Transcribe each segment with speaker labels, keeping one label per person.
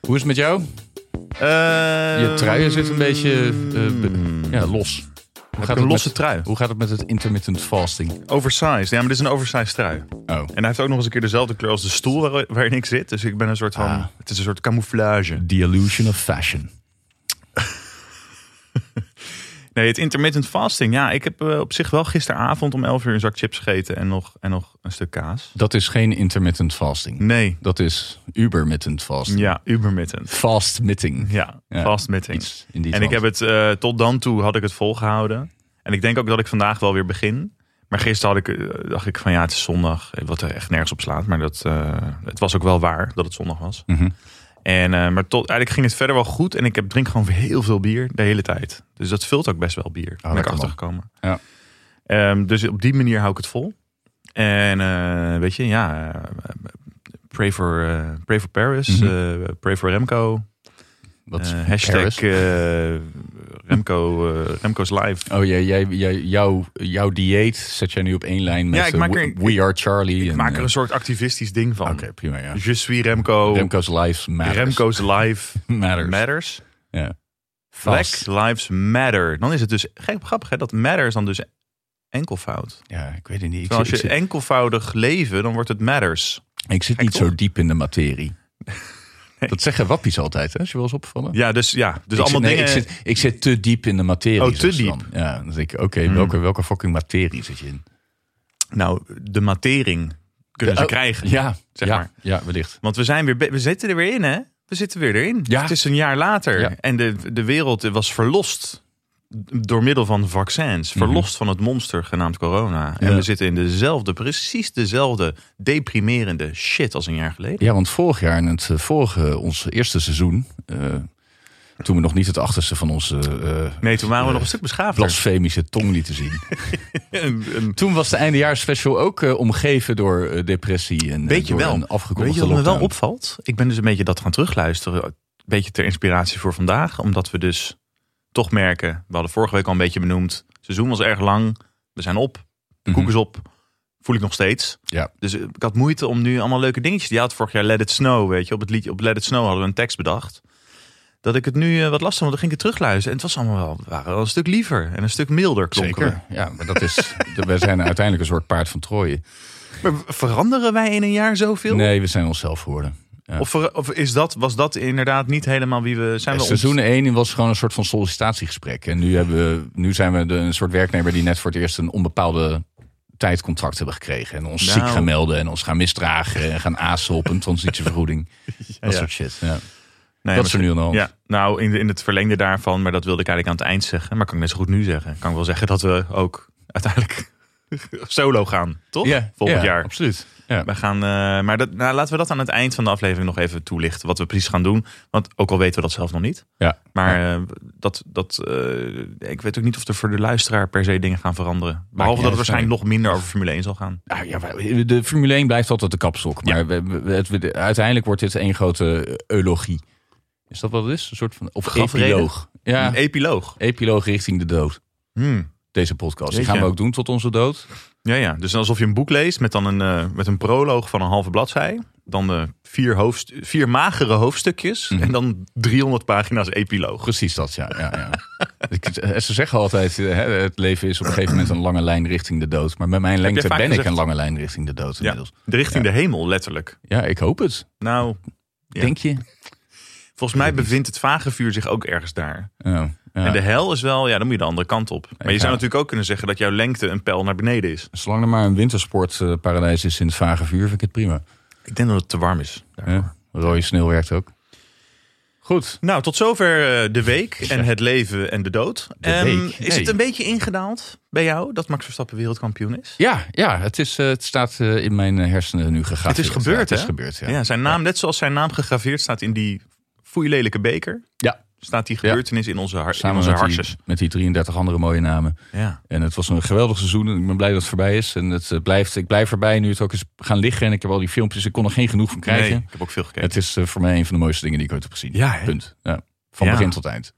Speaker 1: Hoe is het met jou? Je
Speaker 2: Ehm,
Speaker 1: truien zit een beetje eh, be- ja, los. Hoe
Speaker 2: Heb
Speaker 1: gaat,
Speaker 2: ik Hmm. een
Speaker 1: het
Speaker 2: losse
Speaker 1: met,
Speaker 2: trui.
Speaker 1: hoe gaat het met het intermittent fasting?
Speaker 2: Oversized. Ja, maar dit is een oversized trui. En
Speaker 1: Oh,
Speaker 2: hij heeft ook nog eens een keer dezelfde kleur als de stoel waar, waarin ik zit. Dus ik ben een soort van...
Speaker 1: Ah.
Speaker 2: Het is een soort camouflage.
Speaker 1: the illusion of fashion.
Speaker 2: Nee, het intermittent fasting. Ja, ik heb eh, op zich wel gisteravond om 11 uur een zak chips gegeten en nog, en nog een stuk kaas.
Speaker 1: Dat is geen intermittent fasting.
Speaker 2: Nee.
Speaker 1: Dat is ubermittent fasting.
Speaker 2: Ja, ubermitten.
Speaker 1: Fastmitting.
Speaker 2: Ja,
Speaker 1: Ja,
Speaker 2: fastmitting.
Speaker 1: Iets in die
Speaker 2: Hmm. En ik heb het eh, tot dan toe had ik het volgehouden. En ik denk ook dat ik vandaag wel weer begin. Maar gisteren had ik, eh, dacht ik van ja, het is zondag. eh, Wat er echt nergens op slaat. Maar dat, eh, het was ook wel waar dat het zondag was.
Speaker 1: Mhm.
Speaker 2: En, eh, maar tot, eigenlijk ging het verder wel goed. En ik heb, drink gewoon heel veel bier de hele tijd. Dus dat vult ook best wel bier. ben ik
Speaker 1: lekker man.
Speaker 2: achtergekomen.
Speaker 1: Ja.
Speaker 2: Ehm, dus op die manier hou ik het vol. En eh, weet je, ja. eh, pray, for, eh, pray for Paris.
Speaker 1: Mhm.
Speaker 2: eh, pray for Remco.
Speaker 1: Wat is
Speaker 2: Eh, hashtag
Speaker 1: Paris?
Speaker 2: eh, Remco, eh, Remco's live.
Speaker 1: Oh ja, jij, jij, jouw, jouw dieet zet jij nu op één lijn met
Speaker 2: Ja, ik
Speaker 1: eh,
Speaker 2: maak
Speaker 1: We-
Speaker 2: er-
Speaker 1: We, Are Charlie.
Speaker 2: Ik
Speaker 1: en,
Speaker 2: maak er
Speaker 1: eh,
Speaker 2: een soort activistisch ding van.
Speaker 1: Oké, prima. Ja.
Speaker 2: Je suis Remco.
Speaker 1: Remco's lives matters.
Speaker 2: Remco's live
Speaker 1: matters.
Speaker 2: matters.
Speaker 1: Ja. Vast.
Speaker 2: Black lives matter. Dan is het dus gek- grappig hè, dat matters dan dus enkelvoud.
Speaker 1: Ja, ik weet het niet. Ik,
Speaker 2: Terwijl als
Speaker 1: zit-
Speaker 2: je
Speaker 1: ik zit,
Speaker 2: enkelvoudig leven, dan wordt het matters.
Speaker 1: ik zit
Speaker 2: Gek,
Speaker 1: niet zo
Speaker 2: toch?
Speaker 1: diep in de materie. Dat zeggen wappies altijd, hè? Als je wel eens opvallen.
Speaker 2: Ja, dus ja, dus
Speaker 1: ik
Speaker 2: allemaal
Speaker 1: zit, nee,
Speaker 2: dingen.
Speaker 1: Ik zit, ik zit te diep in de materie.
Speaker 2: Oh, te
Speaker 1: zeggen ze
Speaker 2: diep. Hmm.
Speaker 1: dan. Ja, dan denk ik, oké, welke, welke fucking materie zit je in?
Speaker 2: Nou, de matering kunnen ze
Speaker 1: Oh,
Speaker 2: krijgen.
Speaker 1: Ja,
Speaker 2: zeg
Speaker 1: ja,
Speaker 2: maar.
Speaker 1: ja, wellicht.
Speaker 2: Want we, zijn weer, be- we zitten er weer in, hè? We zitten weer erin.
Speaker 1: Ja.
Speaker 2: Het is een jaar later.
Speaker 1: Ja.
Speaker 2: En de, de wereld was verlost door middel van vaccins. Verlost van het monster genaamd corona. En
Speaker 1: Mhm. Ja.
Speaker 2: we zitten in dezelfde, precies dezelfde deprimerende shit als een jaar geleden.
Speaker 1: Ja, want vorig jaar, in het eh, vorige, ons eerste seizoen, eh, toen we nog niet het achterste van onze eh,
Speaker 2: Nee, toen waren we
Speaker 1: Eh,
Speaker 2: nog een stuk beschaafder.
Speaker 1: blasfemische tong lieten zien.
Speaker 2: Een, een,
Speaker 1: Toen was de eindejaarsspecial ook eh, omgeven door eh, depressie en eh,
Speaker 2: weet je
Speaker 1: door
Speaker 2: wel,
Speaker 1: een
Speaker 2: weet
Speaker 1: afgekondigde
Speaker 2: je wat me wel
Speaker 1: lockdown.
Speaker 2: opvalt? Ik ben dus een beetje dat gaan terugluisteren. Een beetje ter inspiratie voor vandaag. Omdat we dus toch merken, we hadden vorige week al een beetje benoemd. Het seizoen was erg lang. We zijn op. De koek is op. Voel ik nog steeds.
Speaker 1: Mhm. Ja.
Speaker 2: Dus eh, ik had moeite om nu allemaal leuke dingetjes. Die had vorig jaar Let It Snow, weet je. Op het liedje op Let It Snow hadden we een tekst bedacht. Dat ik het nu eh, wat lastig vond. Dan ging ik het terugluisteren. En het was allemaal wel, we waren wel een stuk liever. En een stuk milder klonken we.
Speaker 1: Zeker, ja, maar dat is, de- wij zijn uiteindelijk een soort paard van Troje.
Speaker 2: Maar veranderen wij in een jaar zoveel?
Speaker 1: Nee, we zijn onszelf geworden. Ja.
Speaker 2: Of, ver- of is dat, was dat inderdaad niet helemaal wie we zijn?
Speaker 1: Ja,
Speaker 2: we ons-
Speaker 1: seizoen 1 was gewoon een soort van sollicitatiegesprek. En nu, hebben we, nu zijn we de, een soort werknemer die net voor het eerst een onbepaalde tijdcontract hebben gekregen. En ons
Speaker 2: Nou.
Speaker 1: ziek gaan melden en ons gaan misdragen en gaan asen op een transitievergoeding. dat
Speaker 2: ja.
Speaker 1: soort shit. Ja.
Speaker 2: Nee,
Speaker 1: dat is er nu aan de hand.
Speaker 2: Ja, nou, in, de- in het verlengde daarvan, maar dat wilde ik eigenlijk aan het eind zeggen. Maar kan ik net zo goed nu zeggen. Kan ik wel zeggen dat we ook uiteindelijk solo gaan, toch?
Speaker 1: Ja,
Speaker 2: Volgend
Speaker 1: ja,
Speaker 2: jaar.
Speaker 1: Absoluut. Ja.
Speaker 2: We gaan, eh, maar dat, nou, laten we dat aan het eind van de aflevering nog even toelichten. Wat we precies gaan doen. Want ook al weten we dat zelf nog niet.
Speaker 1: Ja.
Speaker 2: Maar eh, dat, dat, eh, ik weet ook niet of er voor de luisteraar per se dingen gaan veranderen. Behalve
Speaker 1: niet
Speaker 2: dat het
Speaker 1: uit,
Speaker 2: waarschijnlijk nog minder over Formule 1 zal gaan.
Speaker 1: Nou ja, wij- de Formule 1 blijft altijd de kapstok. Maar we- we- het, we- de- uiteindelijk wordt dit één grote eh, eulogie. Is dat wat het is? Een soort van. Of
Speaker 2: Grafreden?
Speaker 1: epiloog. Ja,
Speaker 2: Een e- epiloog.
Speaker 1: epiloog richting de dood.
Speaker 2: Hmm.
Speaker 1: Deze podcast. Die
Speaker 2: Jeetje.
Speaker 1: gaan we ook doen tot onze dood.
Speaker 2: Ja, ja. Dus alsof je een boek leest met dan een, eh, met een proloog van een halve bladzij. Dan eh, vier, hoofdst- vier magere hoofdstukjes. En dan 300 pagina's epiloog.
Speaker 1: Precies dat, ja. ja, ja. Ik- eh, ze zeggen altijd, eh, hè, het leven is op een gegeven moment een lange lijn richting de dood. Maar bij mijn lengte
Speaker 2: vaak
Speaker 1: ben ik
Speaker 2: gezegd?
Speaker 1: een lange lijn richting de dood
Speaker 2: Ja,
Speaker 1: inmiddels.
Speaker 2: richting de hemel, letterlijk.
Speaker 1: Ja, ik hoop het.
Speaker 2: Nou, Ja.
Speaker 1: Denk je? Oh,
Speaker 2: volgens mij bevindt het vagevuur zich ook ergens daar.
Speaker 1: Ja, ja.
Speaker 2: En de hel is wel, ja, dan moet je de andere kant op. Maar je
Speaker 1: Ja.
Speaker 2: zou natuurlijk ook kunnen zeggen dat jouw lengte een pijl naar beneden is.
Speaker 1: Zolang er maar een wintersportparadijs is in het vage vuur, vind ik het prima.
Speaker 2: Ik denk dat het te warm is.
Speaker 1: Ja. Rode sneeuw werkt ook. Goed.
Speaker 2: Nou, tot zover eh, de week en het leven en de dood.
Speaker 1: De
Speaker 2: Ehm,
Speaker 1: week,
Speaker 2: Is
Speaker 1: hey.
Speaker 2: het een beetje ingedaald bij jou dat Max Verstappen wereldkampioen is?
Speaker 1: Ja, ja het, is, eh, het staat eh, in mijn eh, hersenen nu gegaan.
Speaker 2: Het is gebeurd,
Speaker 1: Het is
Speaker 2: hè?
Speaker 1: gebeurd, ja.
Speaker 2: Ja, zijn naam, net zoals zijn naam gegraveerd staat in die foeilelijke beker,
Speaker 1: Ja,
Speaker 2: staat die gebeurtenis in onze, har- in
Speaker 1: samen
Speaker 2: onze
Speaker 1: met die,
Speaker 2: harses.
Speaker 1: met die 33 andere mooie namen.
Speaker 2: Ja.
Speaker 1: En het was een geweldig seizoen. En ik ben blij dat het voorbij is. En het eh, blijft, ik blijf erbij nu het ook is gaan liggen. En ik heb al die filmpjes. Ik kon er geen genoeg van krijgen.
Speaker 2: Nee, ik heb ook veel gekeken.
Speaker 1: Het is eh, voor mij een van de mooiste dingen die ik ooit heb gezien.
Speaker 2: Ja, hè?
Speaker 1: Punt. Ja. Van
Speaker 2: Ja.
Speaker 1: begin tot eind. Het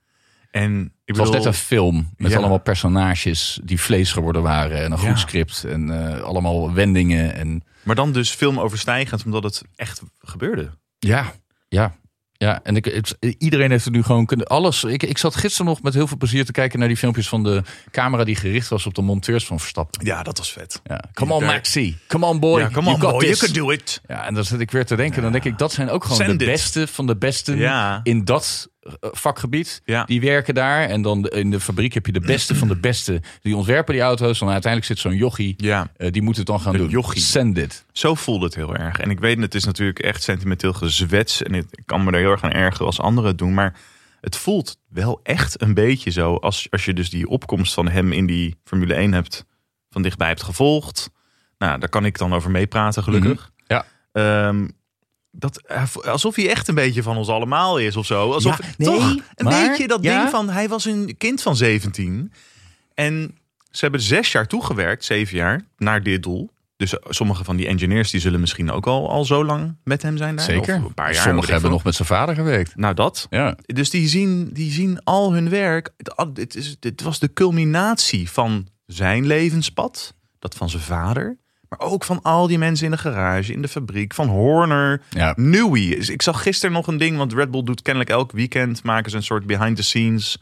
Speaker 2: en
Speaker 1: was
Speaker 2: ik bedoel,
Speaker 1: net een film met
Speaker 2: Ja.
Speaker 1: allemaal personages die vlees geworden waren. En een
Speaker 2: Ja.
Speaker 1: goed script. En eh, allemaal wendingen. En
Speaker 2: maar dan dus filmoverstijgend, omdat het echt gebeurde.
Speaker 1: ja, ja. Ja, en ik, het- iedereen heeft het nu gewoon kunnen. Alles. Ik, ik zat gisteren nog met heel veel plezier te kijken naar die filmpjes van de camera die gericht was op de monteurs van Verstappen.
Speaker 2: Ja, dat was vet.
Speaker 1: Ja. Come on, Maxi. Come on, boy.
Speaker 2: Ja, come on,
Speaker 1: you got
Speaker 2: boy, you
Speaker 1: this.
Speaker 2: can do it.
Speaker 1: Ja, en dan zit ik weer te denken. Dan denk ik, dat zijn ook gewoon
Speaker 2: Send
Speaker 1: de
Speaker 2: it.
Speaker 1: beste van de besten
Speaker 2: Ja.
Speaker 1: in dat eh, vakgebied.
Speaker 2: Ja.
Speaker 1: Die werken daar. En dan de- in de fabriek heb je de beste van de beste. Die ontwerpen die auto's. Dan uiteindelijk zit zo'n jochie.
Speaker 2: Ja.
Speaker 1: eh, die moet het dan gaan
Speaker 2: Een
Speaker 1: doen.
Speaker 2: jochie.
Speaker 1: Send it.
Speaker 2: Zo voelde het heel erg. En ik weet, het is natuurlijk echt sentimenteel gezwets. En het- ik kan me er heel erg aan ergeren als anderen het doen. Maar het voelt wel echt een beetje zo. Als, als je dus die opkomst van hem in die Formule 1 hebt. van dichtbij hebt gevolgd. Nou, daar kan ik dan over meepraten, gelukkig.
Speaker 1: Mhm. Ja.
Speaker 2: Ehm, dat, hij vo- alsof hij echt een beetje van ons allemaal is of zo. Alsof
Speaker 1: Ja, nee,
Speaker 2: toch een
Speaker 1: maar-
Speaker 2: beetje dat
Speaker 1: ja.
Speaker 2: ding van. Hij was een kind van 17. En ze hebben zes jaar toegewerkt, zeven jaar, naar dit doel. Dus sommige van die engineers die zullen misschien ook al, al zo lang met hem zijn daar.
Speaker 1: Zeker.
Speaker 2: Of een paar jaar. weet ik
Speaker 1: Sommigen hebben
Speaker 2: veel.
Speaker 1: nog met zijn vader gewerkt.
Speaker 2: Nou, dat.
Speaker 1: Ja.
Speaker 2: Dus die zien, die zien al hun werk. Het- al- Dit, is, dit was de culminatie van zijn levenspad. Dat van zijn vader. Maar ook van al die mensen in de garage, in de fabriek. Van Horner,
Speaker 1: Ja.
Speaker 2: Nui. Dus ik zag gisteren nog een ding, want Red Bull doet kennelijk elk weekend... maken ze een soort behind-the-scenes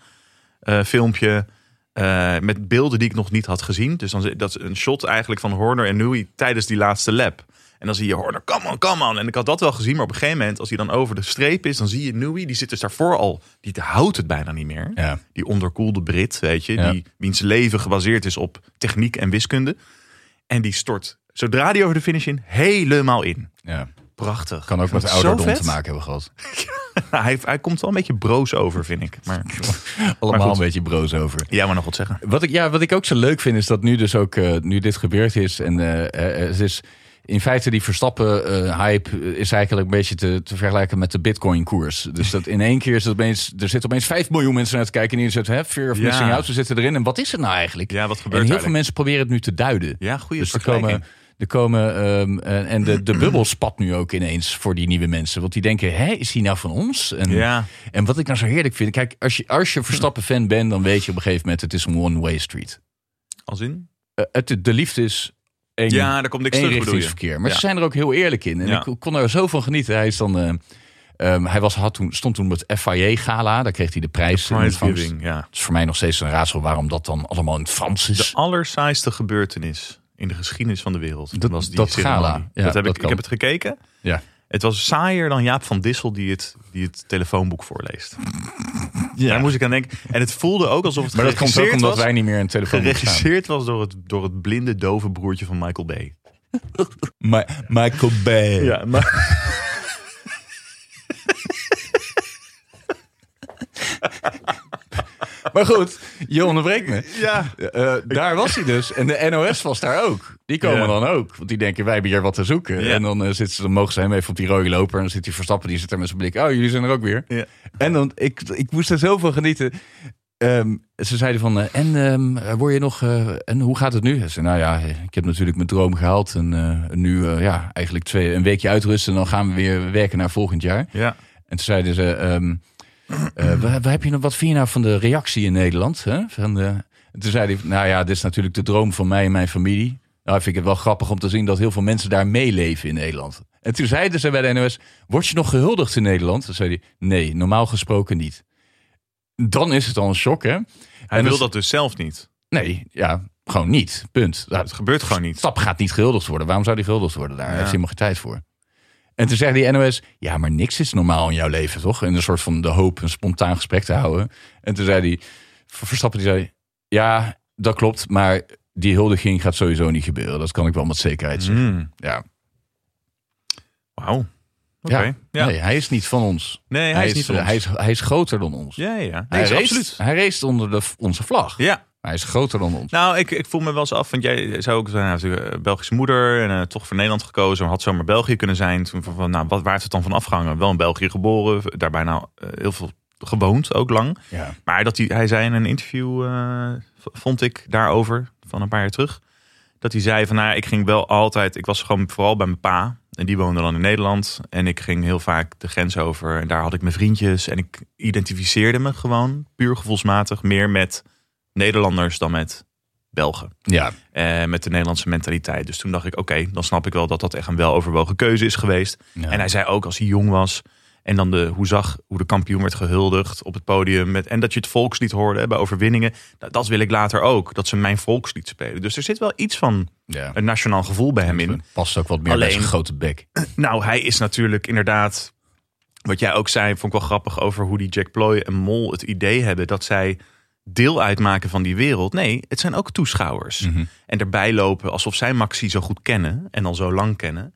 Speaker 2: eh, filmpje... eh, met beelden die ik nog niet had gezien. Dus dan, zi- dat is een shot eigenlijk van Horner en Nui tijdens die laatste lap. En dan zie je Horner, come on, come on. En ik had dat wel gezien, maar op een gegeven moment... als hij dan over de streep is, dan zie je Nui. Die zit dus daarvoor al, die houdt het bijna niet meer.
Speaker 1: Ja.
Speaker 2: Die onderkoelde Brit, weet je.
Speaker 1: Ja.
Speaker 2: Die, wiens leven gebaseerd is op techniek en wiskunde. En die stort, zodra die over de finish in, helemaal in.
Speaker 1: ja.
Speaker 2: Prachtig.
Speaker 1: Kan ook met ouderdom te maken hebben gehad.
Speaker 2: hij, hij komt wel een beetje broos over, vind ik. Maar,
Speaker 1: Allemaal
Speaker 2: goed.
Speaker 1: een beetje broos over.
Speaker 2: ja, maar nog wat zeggen.
Speaker 1: Wat ik, ja, wat ik ook zo leuk vind is dat nu dus ook eh, nu dit gebeurd is. En eh, eh, het is in feite die Verstappen eh, hype eh, is eigenlijk een beetje te, te vergelijken met de bitcoin koers. Dus dat in één keer is het opeens, er zitten opeens 5 miljoen mensen naar te kijken. En die zitten, hè, fear of
Speaker 2: Ja.
Speaker 1: missing out, ze zitten erin. En wat is het nou eigenlijk?
Speaker 2: Ja, wat gebeurt
Speaker 1: en heel veel
Speaker 2: eigenlijk?
Speaker 1: mensen proberen het nu te duiden.
Speaker 2: Ja, goede
Speaker 1: dus er
Speaker 2: vergelijking.
Speaker 1: komen, er komen ehm, en en de, de bubbel spat nu ook ineens voor die nieuwe mensen. Want die denken, hè, is die nou van ons? En,
Speaker 2: Ja.
Speaker 1: en wat ik nou zo heerlijk vind, kijk, als je, als je
Speaker 2: Hm.
Speaker 1: Verstappen fan bent, dan weet je op een gegeven moment, het is een one-way street.
Speaker 2: Als in?
Speaker 1: Eh, het, de liefde is één,
Speaker 2: Ja, daar komt niks terug, bedoel je.
Speaker 1: richtingsverkeer. Maar
Speaker 2: Ja.
Speaker 1: ze zijn er ook heel eerlijk in. En
Speaker 2: Ja.
Speaker 1: ik kon er zo van genieten. Hij, is dan, eh, ehm, hij was, had toen, stond toen op het FIA-gala. Daar kreeg hij de prijs in ontvangst.
Speaker 2: Prizegiving, ja.
Speaker 1: Het is voor mij nog steeds een raadsel waarom dat dan allemaal in het Frans
Speaker 2: De
Speaker 1: is.
Speaker 2: allersaaiste gebeurtenis in de geschiedenis van de wereld.
Speaker 1: Dat-
Speaker 2: was die
Speaker 1: dat
Speaker 2: ceremonie.
Speaker 1: gala. Ja,
Speaker 2: dat heb
Speaker 1: dat
Speaker 2: ik, ik
Speaker 1: kan.
Speaker 2: heb het gekeken.
Speaker 1: Ja.
Speaker 2: Het was saaier dan Jaap van Dissel die het, die het telefoonboek voorleest. Daar moest ik aan denken. En het voelde ook alsof het
Speaker 1: Maar dat komt ook
Speaker 2: geregisseerd
Speaker 1: omdat
Speaker 2: was.
Speaker 1: wij niet meer een telefoon hebben staan.
Speaker 2: geregisseerd was door het, door het blinde dove broertje van Michael Bay.
Speaker 1: Ma- Michael Bay.
Speaker 2: Ja, maar...
Speaker 1: Maar goed, je onderbreekt me.
Speaker 2: ja.
Speaker 1: Eh, daar was hij dus. En de NOS was daar ook. Die komen
Speaker 2: Ja.
Speaker 1: dan ook. Want die denken, wij hebben hier wat te zoeken.
Speaker 2: Ja.
Speaker 1: En dan, eh, zitten ze, dan mogen ze hem even op die rode loper. En dan zit die Verstappen, die zit daar met zijn blik. Oh, jullie zijn er ook weer.
Speaker 2: Ja.
Speaker 1: En dan, ik, ik moest er zo van genieten. Ehm, ze zeiden van, eh, en ehm, word je nog, eh, en hoe gaat het nu? Hij zei, nou ja, ik heb natuurlijk mijn droom gehaald. En eh, nu, eh, ja, eigenlijk twee, een weekje uitrusten. En dan gaan we weer werken naar volgend jaar.
Speaker 2: ja.
Speaker 1: En toen zeiden ze, ehm, eh, wa- wa- heb je, nou- wat vind je nou van de reactie in Nederland? Hè? Van de, en toen zei hij, nou ja, dit is natuurlijk de droom van mij en mijn familie. Nou, vind ik het wel grappig om te zien dat heel veel mensen daar meeleven in Nederland. En toen zeiden ze bij de NOS, word je nog gehuldigd in Nederland? Toen zei hij, nee, normaal gesproken niet. Dan is het al een shock, hè?
Speaker 2: Hij
Speaker 1: En
Speaker 2: wil
Speaker 1: dus-
Speaker 2: dat dus zelf niet.
Speaker 1: Nee, ja, gewoon niet. Punt. Nou,
Speaker 2: Het gebeurt gewoon niet.
Speaker 1: Stap gaat niet gehuldigd worden. Waarom zou die gehuldigd worden? Daar heeft hij helemaal geen tijd voor. En toen zei die NOS, ja, maar niks is normaal in jouw leven, toch? En een soort van de hoop een spontaan gesprek te houden. En toen zei die Ver- Verstappen, die zei, ja, dat klopt, maar die huldiging gaat sowieso niet gebeuren. Dat kan ik wel met zekerheid zeggen.
Speaker 2: Mm.
Speaker 1: Ja.
Speaker 2: Wauw. Oké.
Speaker 1: Ja.
Speaker 2: Ja. Nee,
Speaker 1: Nee, hij is niet van ons.
Speaker 2: hij, is niet van
Speaker 1: eh,
Speaker 2: ons.
Speaker 1: Hij is, hij is groter dan ons.
Speaker 2: Ja, ja, ja. Nee,
Speaker 1: hij,
Speaker 2: is
Speaker 1: race,
Speaker 2: absoluut.
Speaker 1: hij race onder de, onze vlag.
Speaker 2: Ja.
Speaker 1: Maar Hij is groter dan ons.
Speaker 2: Nou, ik, ik voel me wel eens af, want jij zou ook zijn, natuurlijk eh, Belgische moeder en eh, toch voor Nederland gekozen, had zomaar België kunnen zijn. Toen van, van, nou, wat, waar heeft het dan van afgehangen? Wel in België geboren, daarbij nou eh, heel veel gewoond, ook lang.
Speaker 1: Ja.
Speaker 2: Maar dat hij, hij zei in een interview, eh, v- vond ik daarover, van een paar jaar terug. Dat hij zei van, nou, ja, ik ging wel altijd, ik was gewoon vooral bij mijn pa. En die woonde dan in Nederland. En ik ging heel vaak de grens over. En daar had ik mijn vriendjes. En ik identificeerde me gewoon, puur gevoelsmatig, meer met Nederlanders dan met Belgen.
Speaker 1: Ja.
Speaker 2: Eh, met de Nederlandse mentaliteit. Dus toen dacht ik, oké, dan snap ik wel dat dat echt een weloverwogen keuze is geweest.
Speaker 1: Ja.
Speaker 2: En hij zei ook, als hij jong was En dan de, hoe zag hoe de kampioen werd gehuldigd op het podium. Met, en dat je het volkslied hoorde hè, bij overwinningen. Dat, dat wil ik later ook. Dat ze mijn volkslied spelen. Dus er zit wel iets van
Speaker 1: Ja.
Speaker 2: een nationaal gevoel bij hem in.
Speaker 1: Past ook wat meer bij
Speaker 2: Alleen-
Speaker 1: zijn grote bek.
Speaker 2: Nou, hij is natuurlijk inderdaad. Wat jij ook zei, vond ik wel grappig over hoe die Jack Ploy en Mol het idee hebben dat zij deel uitmaken van die wereld. Nee, het zijn ook toeschouwers.
Speaker 1: Mhm.
Speaker 2: En erbij lopen alsof zij Maxi zo goed kennen en al zo lang kennen.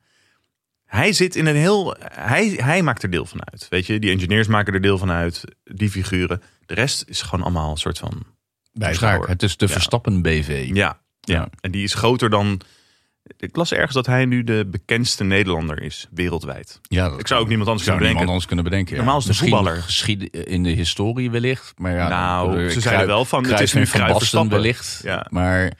Speaker 2: Hij zit in een heel. Hij, hij maakt er deel van uit. Weet je, die engineers maken er deel van uit. Die figuren. De rest is gewoon allemaal een soort van.
Speaker 1: Bijzaak.
Speaker 2: Toeschouwer.
Speaker 1: Het is de
Speaker 2: Ja.
Speaker 1: Verstappen BV.
Speaker 2: Ja, ja.
Speaker 1: Ja.
Speaker 2: En die is groter dan. Ik las ergens dat hij nu de bekendste Nederlander is wereldwijd.
Speaker 1: Ja, dat
Speaker 2: Ik zou ook niemand anders
Speaker 1: zou niemand
Speaker 2: kunnen denken.
Speaker 1: anders kunnen bedenken. ja.
Speaker 2: Normaal is de
Speaker 1: Misschien
Speaker 2: voetballer.
Speaker 1: geschied- in de historie wellicht. Maar ja,
Speaker 2: Nou,
Speaker 1: eh,
Speaker 2: ze
Speaker 1: Cruijff-
Speaker 2: zeiden wel van, het
Speaker 1: Cruijff
Speaker 2: is nu
Speaker 1: en Van
Speaker 2: Cruijff
Speaker 1: Basten
Speaker 2: Verstappen.
Speaker 1: wellicht.
Speaker 2: Ja.
Speaker 1: Maar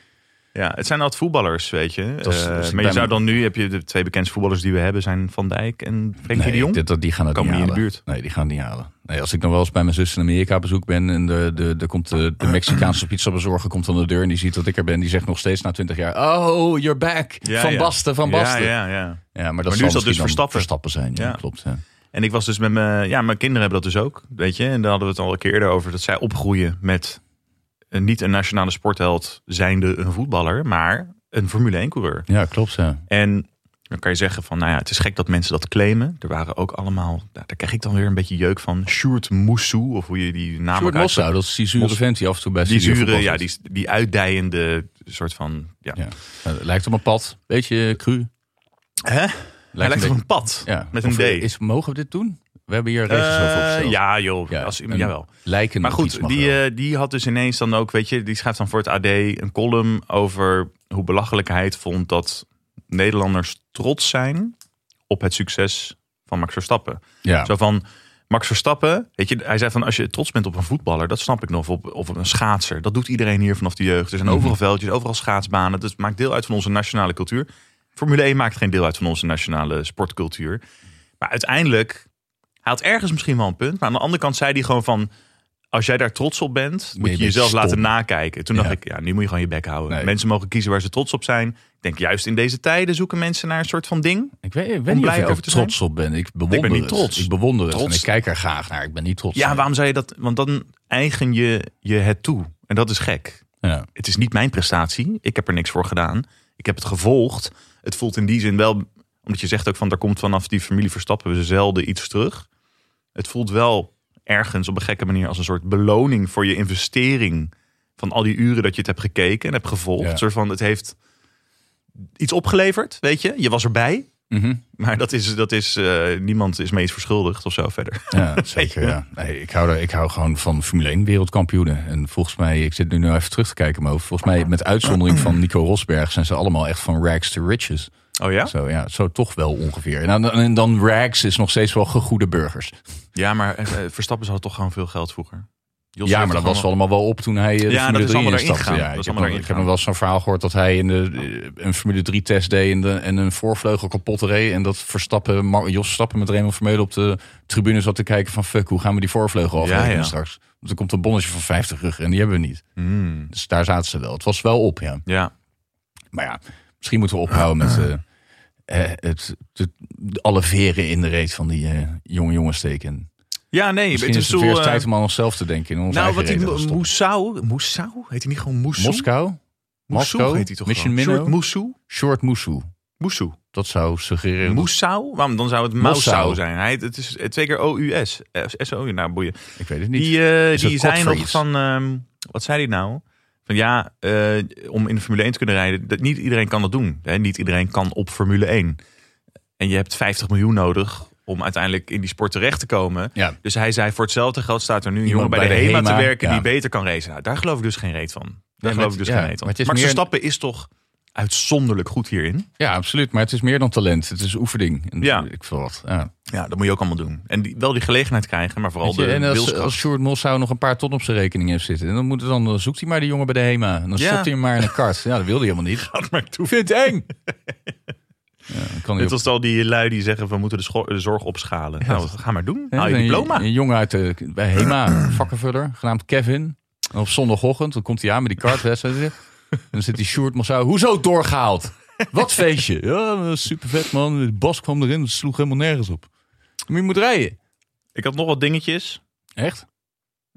Speaker 2: Ja, het zijn altijd voetballers, weet je.
Speaker 1: Dat is-
Speaker 2: Eh,
Speaker 1: dat is-
Speaker 2: maar je
Speaker 1: ben-
Speaker 2: zou dan nu, heb je de twee bekendste voetballers die we hebben, zijn Van Dijk en Frenkie de
Speaker 1: nee,
Speaker 2: Jong.
Speaker 1: dit, dat, die gaan het
Speaker 2: Komen
Speaker 1: niet
Speaker 2: niet in de
Speaker 1: halen.
Speaker 2: buurt.
Speaker 1: Nee, die gaan het niet halen. Nee, als ik dan wel eens bij mijn zus in Amerika op bezoek ben en de, de, de komt de, de Mexicaanse pizzabezorger komt aan de deur en die ziet dat ik er ben, die zegt nog steeds na 20 jaar: Oh, you're back.
Speaker 2: Ja,
Speaker 1: van
Speaker 2: ja.
Speaker 1: Basten, van Basten. Ja,
Speaker 2: Ja, ja, ja.
Speaker 1: maar dat
Speaker 2: nu
Speaker 1: zal
Speaker 2: is
Speaker 1: misschien
Speaker 2: dat dus
Speaker 1: dan
Speaker 2: Verstappen.
Speaker 1: zijn. Ja,
Speaker 2: Ja.
Speaker 1: klopt. Ja.
Speaker 2: En ik was dus met mijn, ja, mijn kinderen hebben dat dus ook, weet je. En daar hadden we het al een keer eerder over, dat zij opgroeien met een, niet een nationale sportheld zijnde een voetballer, maar een Formule 1 coureur.
Speaker 1: Ja, klopt. Ja.
Speaker 2: En dan kan je zeggen van, nou ja, het is gek dat mensen dat claimen. Er waren ook allemaal, nou, daar krijg ik dan weer een beetje jeuk van, Sjoerd Moussou, of hoe je die naam ook
Speaker 1: Sjoerd
Speaker 2: uitspreekt.
Speaker 1: Mossou, dat is die zure
Speaker 2: Mos-
Speaker 1: vent die af en toe bij
Speaker 2: Die
Speaker 1: Studio
Speaker 2: zure,
Speaker 1: voetbal
Speaker 2: ja,
Speaker 1: zit.
Speaker 2: die, die uitdijende soort van. Ja.
Speaker 1: Ja. Nou, dat lijkt op een pad. Beetje cru.
Speaker 2: Hè? Hij lijkt
Speaker 1: een
Speaker 2: op een pad.
Speaker 1: beetje- ja.
Speaker 2: Met een
Speaker 1: Of
Speaker 2: D.
Speaker 1: Is, mogen we dit doen? We hebben hier regels
Speaker 2: Eh,
Speaker 1: over opgesteld.
Speaker 2: ja, joh.
Speaker 1: Ja,
Speaker 2: Als,
Speaker 1: een
Speaker 2: jawel.
Speaker 1: Lijken
Speaker 2: Maar
Speaker 1: op iets
Speaker 2: goed,
Speaker 1: mag
Speaker 2: die,
Speaker 1: wel.
Speaker 2: eh, die had dus ineens dan ook, weet je, die schrijft dan voor het AD een column over hoe belachelijk hij het vond dat Nederlanders trots zijn op het succes van Max Verstappen.
Speaker 1: ja.
Speaker 2: Zo van Max Verstappen, weet je, hij zei van als je trots bent op een voetballer, dat snap ik nog, of op, of op een schaatser. Dat doet iedereen hier vanaf de jeugd. Er
Speaker 1: Mhm.
Speaker 2: zijn overal veldjes, overal schaatsbanen. Dat maakt deel uit van onze nationale cultuur. Formule 1 maakt geen deel uit van onze nationale sportcultuur. Maar uiteindelijk, hij had ergens misschien wel een punt. Maar aan de andere kant zei hij gewoon van, als jij daar trots op bent, moet
Speaker 1: je
Speaker 2: je, jezelf
Speaker 1: stom.
Speaker 2: laten nakijken. Toen
Speaker 1: Ja.
Speaker 2: dacht ik, ja, nu moet je gewoon je bek houden.
Speaker 1: Nee.
Speaker 2: Mensen mogen kiezen waar ze trots op zijn. Ik denk juist in deze tijden zoeken mensen naar een soort van ding.
Speaker 1: Ik weet, ik weet niet of
Speaker 2: blij
Speaker 1: ik er
Speaker 2: over te zijn?
Speaker 1: trots op ben. Ik bewonder
Speaker 2: Ik ben niet
Speaker 1: het.
Speaker 2: trots.
Speaker 1: Ik bewonder het.
Speaker 2: Trots?
Speaker 1: En ik kijk er graag naar. Ik ben niet trots.
Speaker 2: Ja,
Speaker 1: Nee.
Speaker 2: waarom zou je dat? Want dan eigen je je het toe. En dat is gek.
Speaker 1: Ja.
Speaker 2: Het is niet mijn prestatie. Ik heb er niks voor gedaan. Ik heb het gevolgd. Het voelt in die zin wel, omdat je zegt ook van daar komt vanaf die familie Verstappen we zelden iets terug. Het voelt wel ergens op een gekke manier als een soort beloning voor je investering van al die uren dat je het hebt gekeken en hebt gevolgd.
Speaker 1: Ja.
Speaker 2: Een soort van het heeft iets opgeleverd, weet je? Je was erbij,
Speaker 1: Mhm.
Speaker 2: maar dat is, dat is eh, niemand is mee iets verschuldigd of zo verder.
Speaker 1: Ja, zeker. Ja. Nee, ik, hou er, ik hou gewoon van Formule 1 wereldkampioenen. En volgens mij, ik zit nu nou even terug te kijken, maar volgens mij met uitzondering van Nico Rosberg zijn ze allemaal echt van rags to riches.
Speaker 2: Oh ja?
Speaker 1: Zo, ja, zo toch wel ongeveer. En dan, en dan rags is nog steeds wel gegoede burgers.
Speaker 2: Ja, maar eh, Verstappen had toch gewoon veel geld vroeger. Jos
Speaker 1: ja,
Speaker 2: heeft
Speaker 1: maar dat
Speaker 2: toch
Speaker 1: was allemaal wel op toen hij eh, de
Speaker 2: Ja, dat
Speaker 1: Formule
Speaker 2: is
Speaker 1: 3
Speaker 2: allemaal
Speaker 1: instapte.
Speaker 2: erin gegaan.
Speaker 1: Ja,
Speaker 2: Dat
Speaker 1: ik,
Speaker 2: is
Speaker 1: heb
Speaker 2: allemaal
Speaker 1: nog-
Speaker 2: erin
Speaker 1: ik heb nog wel eens zo'n verhaal gehoord dat hij in de, eh, een Formule 3 test deed en, de, en een voorvleugel kapot reed. En dat Verstappen, Mar- Jos Stappen met Raymond Vermeulen op de tribune zat te kijken van fuck, hoe gaan we die voorvleugel afrekenen
Speaker 2: Ja, ja.
Speaker 1: straks? Want er komt een bonnetje van 50 rug en die hebben we niet.
Speaker 2: Hmm,
Speaker 1: Dus daar zaten ze wel. Het was wel op, ja.
Speaker 2: ja.
Speaker 1: Maar ja, misschien moeten we ophouden met eh, eh, het, het, alle veren in de reet van die eh, jonge jongens steken.
Speaker 2: ja, nee.
Speaker 1: Misschien
Speaker 2: het
Speaker 1: is het
Speaker 2: is wel,
Speaker 1: weer eens
Speaker 2: eh,
Speaker 1: tijd om aan onszelf te denken. In onze
Speaker 2: nou,
Speaker 1: eigen
Speaker 2: wat die
Speaker 1: reden te stoppen.
Speaker 2: Moussou... Moussou? Heet hij niet gewoon Moussou?
Speaker 1: Moskou?
Speaker 2: Moussou
Speaker 1: Moskou?
Speaker 2: heet hij toch
Speaker 1: Mission
Speaker 2: gewoon?
Speaker 1: Minnow?
Speaker 2: Short Moussou?
Speaker 1: Short Moesoe.
Speaker 2: Moussou.
Speaker 1: Dat zou suggereren. dat-
Speaker 2: Moussou? Waarom? Dan zou het
Speaker 1: Mossou.
Speaker 2: Moussou zijn. Hij, het is twee keer O-U-S. S-O-U, nou boeien.
Speaker 1: Ik weet het niet.
Speaker 2: Die, eh,
Speaker 1: Is het
Speaker 2: die zijn nog
Speaker 1: Godfrey's?
Speaker 2: van... ehm, wat zei hij nou? Van ja, eh, om in de Formule 1 te kunnen rijden, dat, niet iedereen kan dat doen. Hè? Niet iedereen kan op Formule 1. En je hebt 50 miljoen nodig om uiteindelijk in die sport terecht te komen.
Speaker 1: Ja.
Speaker 2: Dus hij zei, voor hetzelfde geld staat er nu een
Speaker 1: Iemand
Speaker 2: jongen bij, de, HEMA, te werken
Speaker 1: ja.
Speaker 2: die beter kan racen. Nou, daar geloof ik dus geen reet van. Daar
Speaker 1: maar
Speaker 2: geloof
Speaker 1: het-
Speaker 2: ik dus
Speaker 1: ja,
Speaker 2: geen reet van.
Speaker 1: maar het is
Speaker 2: Max
Speaker 1: meer-
Speaker 2: Verstappen is toch uitzonderlijk goed hierin.
Speaker 1: Ja, absoluut. Maar het is meer dan talent. Het is oefening. En
Speaker 2: Ja.
Speaker 1: Ik veel wat. Ja.
Speaker 2: Ja, dat moet je ook allemaal doen. En die, wel die gelegenheid krijgen, maar vooral
Speaker 1: Weet je,
Speaker 2: de
Speaker 1: en als,
Speaker 2: wilskracht.
Speaker 1: als Sjoerd Mos zou nog een paar ton op zijn rekening heeft zitten. En dan, moet, het dan dan zoekt hij maar die jongen bij de HEMA. En dan
Speaker 2: Ja.
Speaker 1: stopt hij hem maar in een kart. Ja, dat wilde hij helemaal niet.
Speaker 2: Laat maar toe.
Speaker 1: Ik vind het eng. Ja, dan kan hij
Speaker 2: Dit
Speaker 1: op-
Speaker 2: was al die lui die zeggen, we moeten de, scho- de zorg opschalen. nou, ga maar doen. Haal je
Speaker 1: Een-
Speaker 2: diploma.
Speaker 1: Een, jongen uit de, bij HEMA, een vakkenvuller, genaamd Kevin. En op zondagochtend, dan komt hij aan met die kartwedstrijd. En dan zit die Sjoerd Massau, hoezo doorgehaald? Wat feestje. Ja, super vet man. De Bas kwam erin, het sloeg helemaal nergens op. Maar je moet rijden.
Speaker 2: Ik had nog wat dingetjes.
Speaker 1: Echt?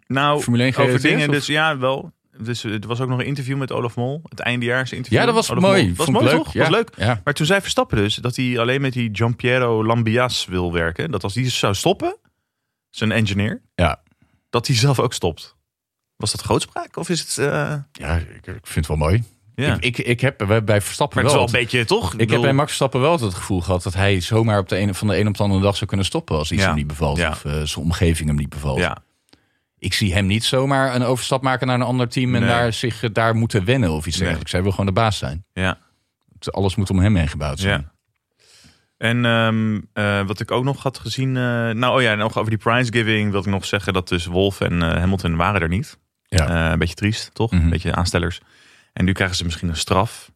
Speaker 2: Nou,
Speaker 1: Formule 1
Speaker 2: over
Speaker 1: gerelateerd,
Speaker 2: dingen.
Speaker 1: of?
Speaker 2: Dus ja, wel. Dus eh, er was ook nog een interview met Olaf Mol. Het eindejaars interview.
Speaker 1: Ja, dat was
Speaker 2: Olaf
Speaker 1: mooi.
Speaker 2: Mol. Oh, Was
Speaker 1: Vond ik
Speaker 2: mooi,
Speaker 1: leuk.
Speaker 2: toch?
Speaker 1: Ja.
Speaker 2: Was leuk.
Speaker 1: Ja.
Speaker 2: Maar toen zei Verstappen dus dat hij alleen met die Giampiero Lambias wil werken. Dat als die zou stoppen, zijn engineer,
Speaker 1: Ja.
Speaker 2: dat hij zelf ook stopt. Was dat grootspraak? Of is het... eh, ja.
Speaker 1: ja, ik, ik vind het wel mooi.
Speaker 2: Maar
Speaker 1: Ik, ik, ik heb bij- bij Verstappen
Speaker 2: het is
Speaker 1: wel...
Speaker 2: wel een beetje, toch?
Speaker 1: Ik heb
Speaker 2: bedoel,
Speaker 1: bij Max Verstappen wel altijd het gevoel gehad dat hij zomaar op de ene, van de een op de andere dag zou kunnen stoppen als iets
Speaker 2: Ja.
Speaker 1: hem niet bevalt
Speaker 2: Ja.
Speaker 1: of eh, zijn omgeving hem niet bevalt.
Speaker 2: Ja,
Speaker 1: Ik zie hem niet zomaar een overstap maken naar een ander team en
Speaker 2: Nee.
Speaker 1: daar zich eh, daar moeten wennen of iets
Speaker 2: Nee.
Speaker 1: dergelijks. Hij wil gewoon de baas zijn.
Speaker 2: ja,
Speaker 1: Alles moet om hem heen gebouwd zijn.
Speaker 2: ja. En ehm, eh, wat ik ook nog had gezien... eh, nou oh ja, nog over die prizegiving wil ik nog zeggen dat dus Wolf en eh, Hamilton waren er niet.
Speaker 1: Ja.
Speaker 2: Eh, een beetje triest, toch?
Speaker 1: Mhm.
Speaker 2: Een beetje aanstellers. En nu krijgen ze misschien een straf.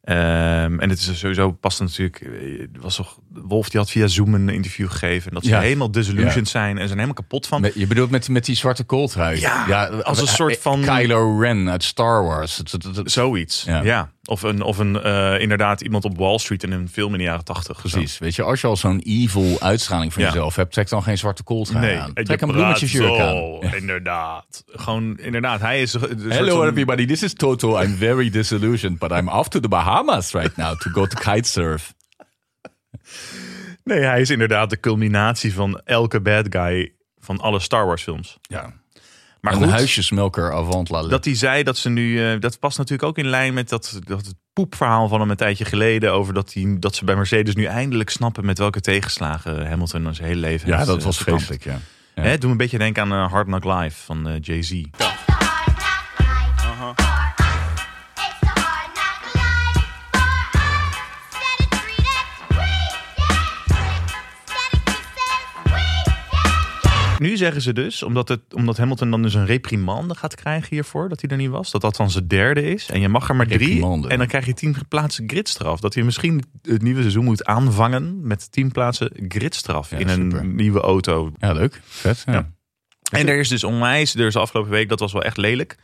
Speaker 2: Ehm, en het is sowieso past natuurlijk. eh, het Was toch, Wolf die had via Zoom een interview gegeven. En dat ze
Speaker 1: Ja.
Speaker 2: helemaal disillusioned zijn en zijn helemaal kapot van.
Speaker 1: Met- je bedoelt met, met die zwarte kooltrui. eh,
Speaker 2: Ja, als een soort van-
Speaker 1: Kylo Ren uit Star Wars. Het- het- het-
Speaker 2: Zoiets.
Speaker 1: Ja.
Speaker 2: Ja. Of, een, of een, eh, inderdaad iemand op Wall Street in een film in de jaren tachtig.
Speaker 1: Precies, weet je, als je al zo'n evil uitstraling van
Speaker 2: Ja.
Speaker 1: jezelf hebt, trek dan geen zwarte kooltrui
Speaker 2: Nee,
Speaker 1: aan.
Speaker 2: en
Speaker 1: Trek
Speaker 2: je
Speaker 1: een bloemetje
Speaker 2: praat
Speaker 1: jurk aan.
Speaker 2: zo, Inderdaad. Gewoon, inderdaad. Hij is. een soort
Speaker 1: Hello
Speaker 2: van-
Speaker 1: everybody, this is Toto. I'm very disillusioned, but I'm off to the Bahamas right now to go to kitesurf.
Speaker 2: Nee, hij is inderdaad de culminatie van elke bad guy van alle Star Wars films.
Speaker 1: Ja.
Speaker 2: Maar
Speaker 1: Een
Speaker 2: goed.
Speaker 1: huisjesmelker avant la lettre.
Speaker 2: Dat hij zei dat ze nu. eh, dat past natuurlijk ook in lijn met dat, dat het poepverhaal van hem een tijdje geleden. Over dat, hij, dat ze bij Mercedes nu eindelijk snappen met welke tegenslagen Hamilton zijn hele leven
Speaker 1: Ja,
Speaker 2: heeft,
Speaker 1: dat
Speaker 2: eh,
Speaker 1: was
Speaker 2: gekampt.
Speaker 1: vreselijk, ja.
Speaker 2: Hè, doe me een beetje denken aan eh, Hard Knock Live van eh, Jay-Z. Nu zeggen ze dus, omdat, het, omdat Hamilton dan dus een reprimande gaat krijgen hiervoor, dat hij er niet was. Dat dat dan zijn derde is. En je mag er maar drie.
Speaker 1: Reprimande.
Speaker 2: En dan krijg je tien plaatsen gridstraf. Dat hij misschien het nieuwe seizoen moet aanvangen met tien plaatsen gridstraf
Speaker 1: Ja,
Speaker 2: in een
Speaker 1: super.
Speaker 2: nieuwe auto.
Speaker 1: Ja, leuk. Vet, ja.
Speaker 2: Ja. En er is dus onwijs, er is afgelopen week, dat was wel echt lelijk,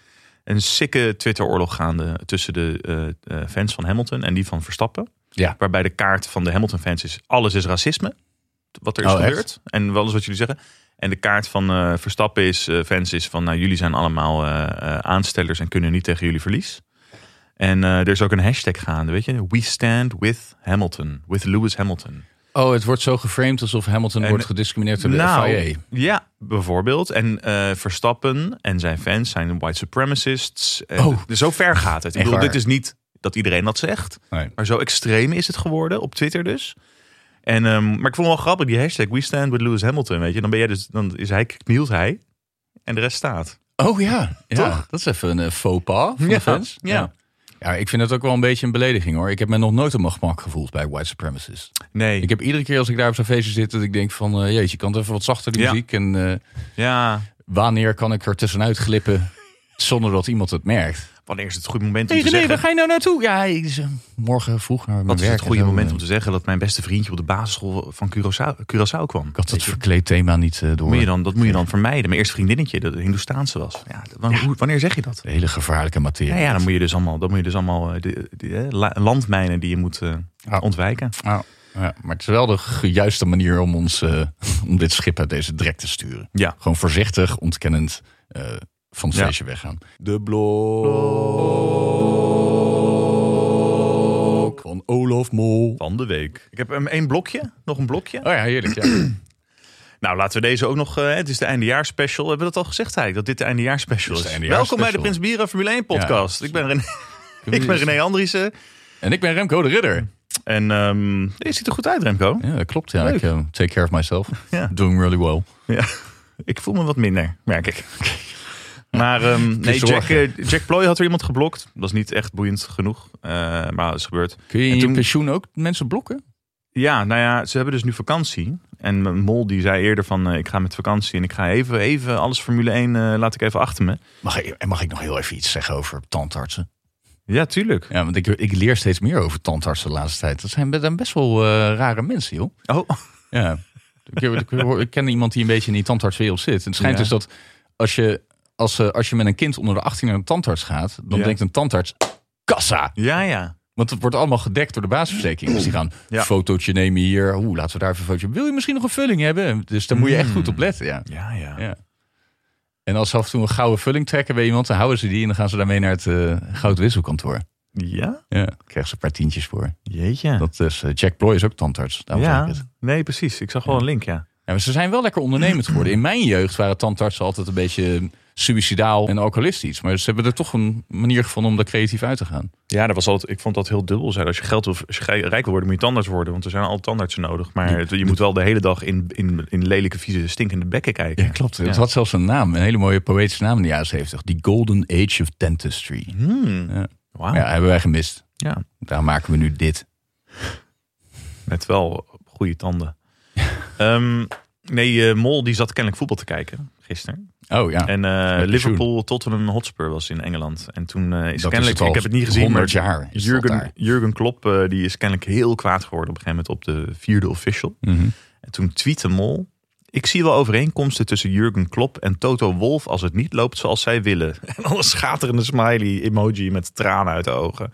Speaker 2: een sikke Twitter-oorlog gaande tussen de eh, eh, fans van Hamilton en die van Verstappen.
Speaker 1: Ja.
Speaker 2: Waarbij de kaart van de Hamilton-fans is, alles is racisme, wat er is
Speaker 1: Oh, echt?
Speaker 2: gebeurd. En wel eens wat jullie zeggen. En de kaart van eh, Verstappen is, eh, fans is van, nou jullie zijn allemaal eh, eh, aanstellers en kunnen niet tegen jullie verlies. En eh, er is ook een hashtag gaande, weet je. We stand with Hamilton, with Lewis Hamilton.
Speaker 1: Oh, het wordt zo geframed alsof Hamilton
Speaker 2: En-
Speaker 1: wordt gediscrimineerd door de FIA.
Speaker 2: Nou, ja, bijvoorbeeld. En eh, Verstappen en zijn fans zijn white supremacists. En
Speaker 1: Oh.
Speaker 2: d- Zo ver gaat het. Ik
Speaker 1: Echt
Speaker 2: bedoel,
Speaker 1: waar.
Speaker 2: dit is niet dat iedereen dat zegt.
Speaker 1: Nee.
Speaker 2: Maar zo extreem is het geworden, op Twitter dus. En, ehm, maar ik vond het wel grappig, die hashtag We Stand With Lewis Hamilton. Weet je, dan ben jij dus, dan is hij, knielt hij en de rest staat.
Speaker 1: Oh ja, ja.
Speaker 2: Toch?
Speaker 1: dat is even een eh, faux pas van de
Speaker 2: Ja,
Speaker 1: fans.
Speaker 2: ja.
Speaker 1: ja, ik vind het ook wel een beetje een belediging hoor. Ik heb me nog nooit op mijn gemak gevoeld bij white supremacists.
Speaker 2: Nee,
Speaker 1: Ik heb iedere keer als ik daar op zo'n feestje zit, dat ik denk van, eh, jeetje, kan het even wat zachter die
Speaker 2: Ja.
Speaker 1: muziek. En eh,
Speaker 2: ja,
Speaker 1: wanneer kan ik er tussenuit glippen zonder dat iemand het merkt?
Speaker 2: wanneer is het goede moment om
Speaker 1: Nee,
Speaker 2: te
Speaker 1: nee, waar
Speaker 2: zeggen...
Speaker 1: ga je nou naartoe? Ja, ik is, eh, morgen vroeg naar mijn
Speaker 2: Wat is
Speaker 1: werk
Speaker 2: het
Speaker 1: en eh,
Speaker 2: goede
Speaker 1: zo.
Speaker 2: moment om te zeggen dat mijn beste vriendje op de basisschool van Curaçao, Curaçao kwam?
Speaker 1: Ik had
Speaker 2: Weet
Speaker 1: dat
Speaker 2: je?
Speaker 1: verkleedthema niet eh, door.
Speaker 2: Moet je dan, dat moet je dan vermijden. Mijn eerste vriendinnetje, dat een Hindoestaanse was. Ja, dat- wa- hoe- wanneer zeg je dat?
Speaker 1: De hele gevaarlijke materie.
Speaker 2: Ja, ja, dan moet je dus allemaal, dan moet je dus allemaal eh, de, de, eh, la- landmijnen die je moet eh,
Speaker 1: Ja.
Speaker 2: ontwijken.
Speaker 1: Nou, ja, maar het is wel de ge- juiste manier om, ons, eh, om dit schip uit deze drek te sturen.
Speaker 2: Ja.
Speaker 1: Gewoon voorzichtig, ontkennend eh, van het
Speaker 2: Ja.
Speaker 1: feestje weggaan. De blok van Olaf Mol.
Speaker 2: Van de week. Eh. Ik heb hem één blokje, nog een blokje.
Speaker 1: Oh ja, heerlijk. Ja.
Speaker 2: Nou, laten we deze ook nog. eh, het is de eindejaarsspecial. Hebben we dat al gezegd eigenlijk? Dat dit de eindejaarsspecial is.
Speaker 1: Het is de
Speaker 2: Welkom bij de
Speaker 1: eindejaarsspecial.
Speaker 2: Prins Bieren Formule 1 podcast. Ik ben René, ik ben René Andriessen.
Speaker 1: En ik ben Remco de Ridder.
Speaker 2: En ehm je ziet er goed uit, Remco.
Speaker 1: Ja, dat klopt. Ja, ik eh, take care of myself.
Speaker 2: Ja.
Speaker 1: Doing really well.
Speaker 2: Ja, ik voel me wat minder, merk ik. Maar ehm, nee,
Speaker 1: zorgen.
Speaker 2: Jack, eh, Jack Ploy had er iemand geblokt. Dat was niet echt boeiend genoeg, eh, maar dat is gebeurd.
Speaker 1: Kun je
Speaker 2: En
Speaker 1: in je
Speaker 2: toen-
Speaker 1: pensioen ook mensen blokken?
Speaker 2: Ja, nou ja, ze hebben dus nu vakantie. En mijn Mol die zei eerder van, eh, ik ga met vakantie en ik ga even, even alles Formule 1 eh, laat ik even achter me.
Speaker 1: Mag ik, en mag ik nog heel even iets zeggen over tandartsen?
Speaker 2: Ja, tuurlijk.
Speaker 1: Ja, want ik, ik leer steeds meer over tandartsen de laatste tijd. Dat zijn be- dan best wel eh, rare mensen, joh.
Speaker 2: Oh,
Speaker 1: Ja. ik, ik, hoor- ik ken iemand die een beetje in die tandartswereld zit. En het schijnt
Speaker 2: Ja.
Speaker 1: dus dat als je, als, eh, als je met een kind onder de 18 naar een tandarts gaat... dan
Speaker 2: Ja.
Speaker 1: denkt een tandarts, kassa!
Speaker 2: ja, ja.
Speaker 1: Want het wordt allemaal gedekt door de basisverzekering. Dus die gaan
Speaker 2: Ja.
Speaker 1: fotootje nemen hier. Oeh, laten we daar even een fotootje. Wil je misschien nog een vulling hebben? Dus daar moet je echt
Speaker 2: Mm.
Speaker 1: goed op letten. Ja.
Speaker 2: Ja, ja.
Speaker 1: Ja. En als ze af en toe een gouden vulling trekken bij iemand, dan houden ze die en dan gaan ze daarmee naar het eh, goudwisselkantoor.
Speaker 2: Ja?
Speaker 1: Ja, daar krijgen ze een paar tientjes voor.
Speaker 2: Jeetje.
Speaker 1: Dat is, eh, Jack Ploy is ook tandarts. daarom zeg ik
Speaker 2: ja.
Speaker 1: het.
Speaker 2: Nee, precies. Ik zag wel een link, ja.
Speaker 1: Ja, maar ze zijn wel lekker ondernemend geworden. In mijn jeugd waren tandartsen altijd een beetje suicidaal en alcoholistisch. Maar ze hebben er toch een manier gevonden om daar creatief uit te gaan.
Speaker 2: Ja, dat was altijd, ik vond dat heel dubbel. Zijn. Als je geld wil, als je ge- rijk wil worden, moet je tandarts worden. Want er zijn al tandartsen nodig. Maar het- je moet wel de hele dag in, in, in lelijke, vieze, stinkende bekken kijken.
Speaker 1: klopt. Het
Speaker 2: Ja.
Speaker 1: had zelfs een naam, een hele mooie poëtische naam in de jaren 70. The Golden Age of Dentistry.
Speaker 2: Hmm.
Speaker 1: Ja.
Speaker 2: Wauw.
Speaker 1: Ja, hebben wij gemist.
Speaker 2: Ja.
Speaker 1: Daar maken we nu dit.
Speaker 2: Met wel goede tanden. Ehm, nee, eh, Mol die zat kennelijk voetbal te kijken gisteren.
Speaker 1: Oh ja,
Speaker 2: En eh,
Speaker 1: met
Speaker 2: Liverpool Tottenham Hotspur was in Engeland. En toen eh, is
Speaker 1: het
Speaker 2: kennelijk,
Speaker 1: al
Speaker 2: ik heb het niet gezien,
Speaker 1: 100
Speaker 2: maar
Speaker 1: jaar is dat
Speaker 2: Jurgen,
Speaker 1: daar.
Speaker 2: Jurgen Klopp eh, die is kennelijk heel kwaad geworden op een gegeven moment op de vierde official.
Speaker 1: Mhm.
Speaker 2: En toen tweette Mol. Ik zie wel overeenkomsten tussen Jurgen Klopp en Toto Wolf als het niet loopt zoals zij willen. En dan een schaterende smiley emoji met tranen uit de ogen.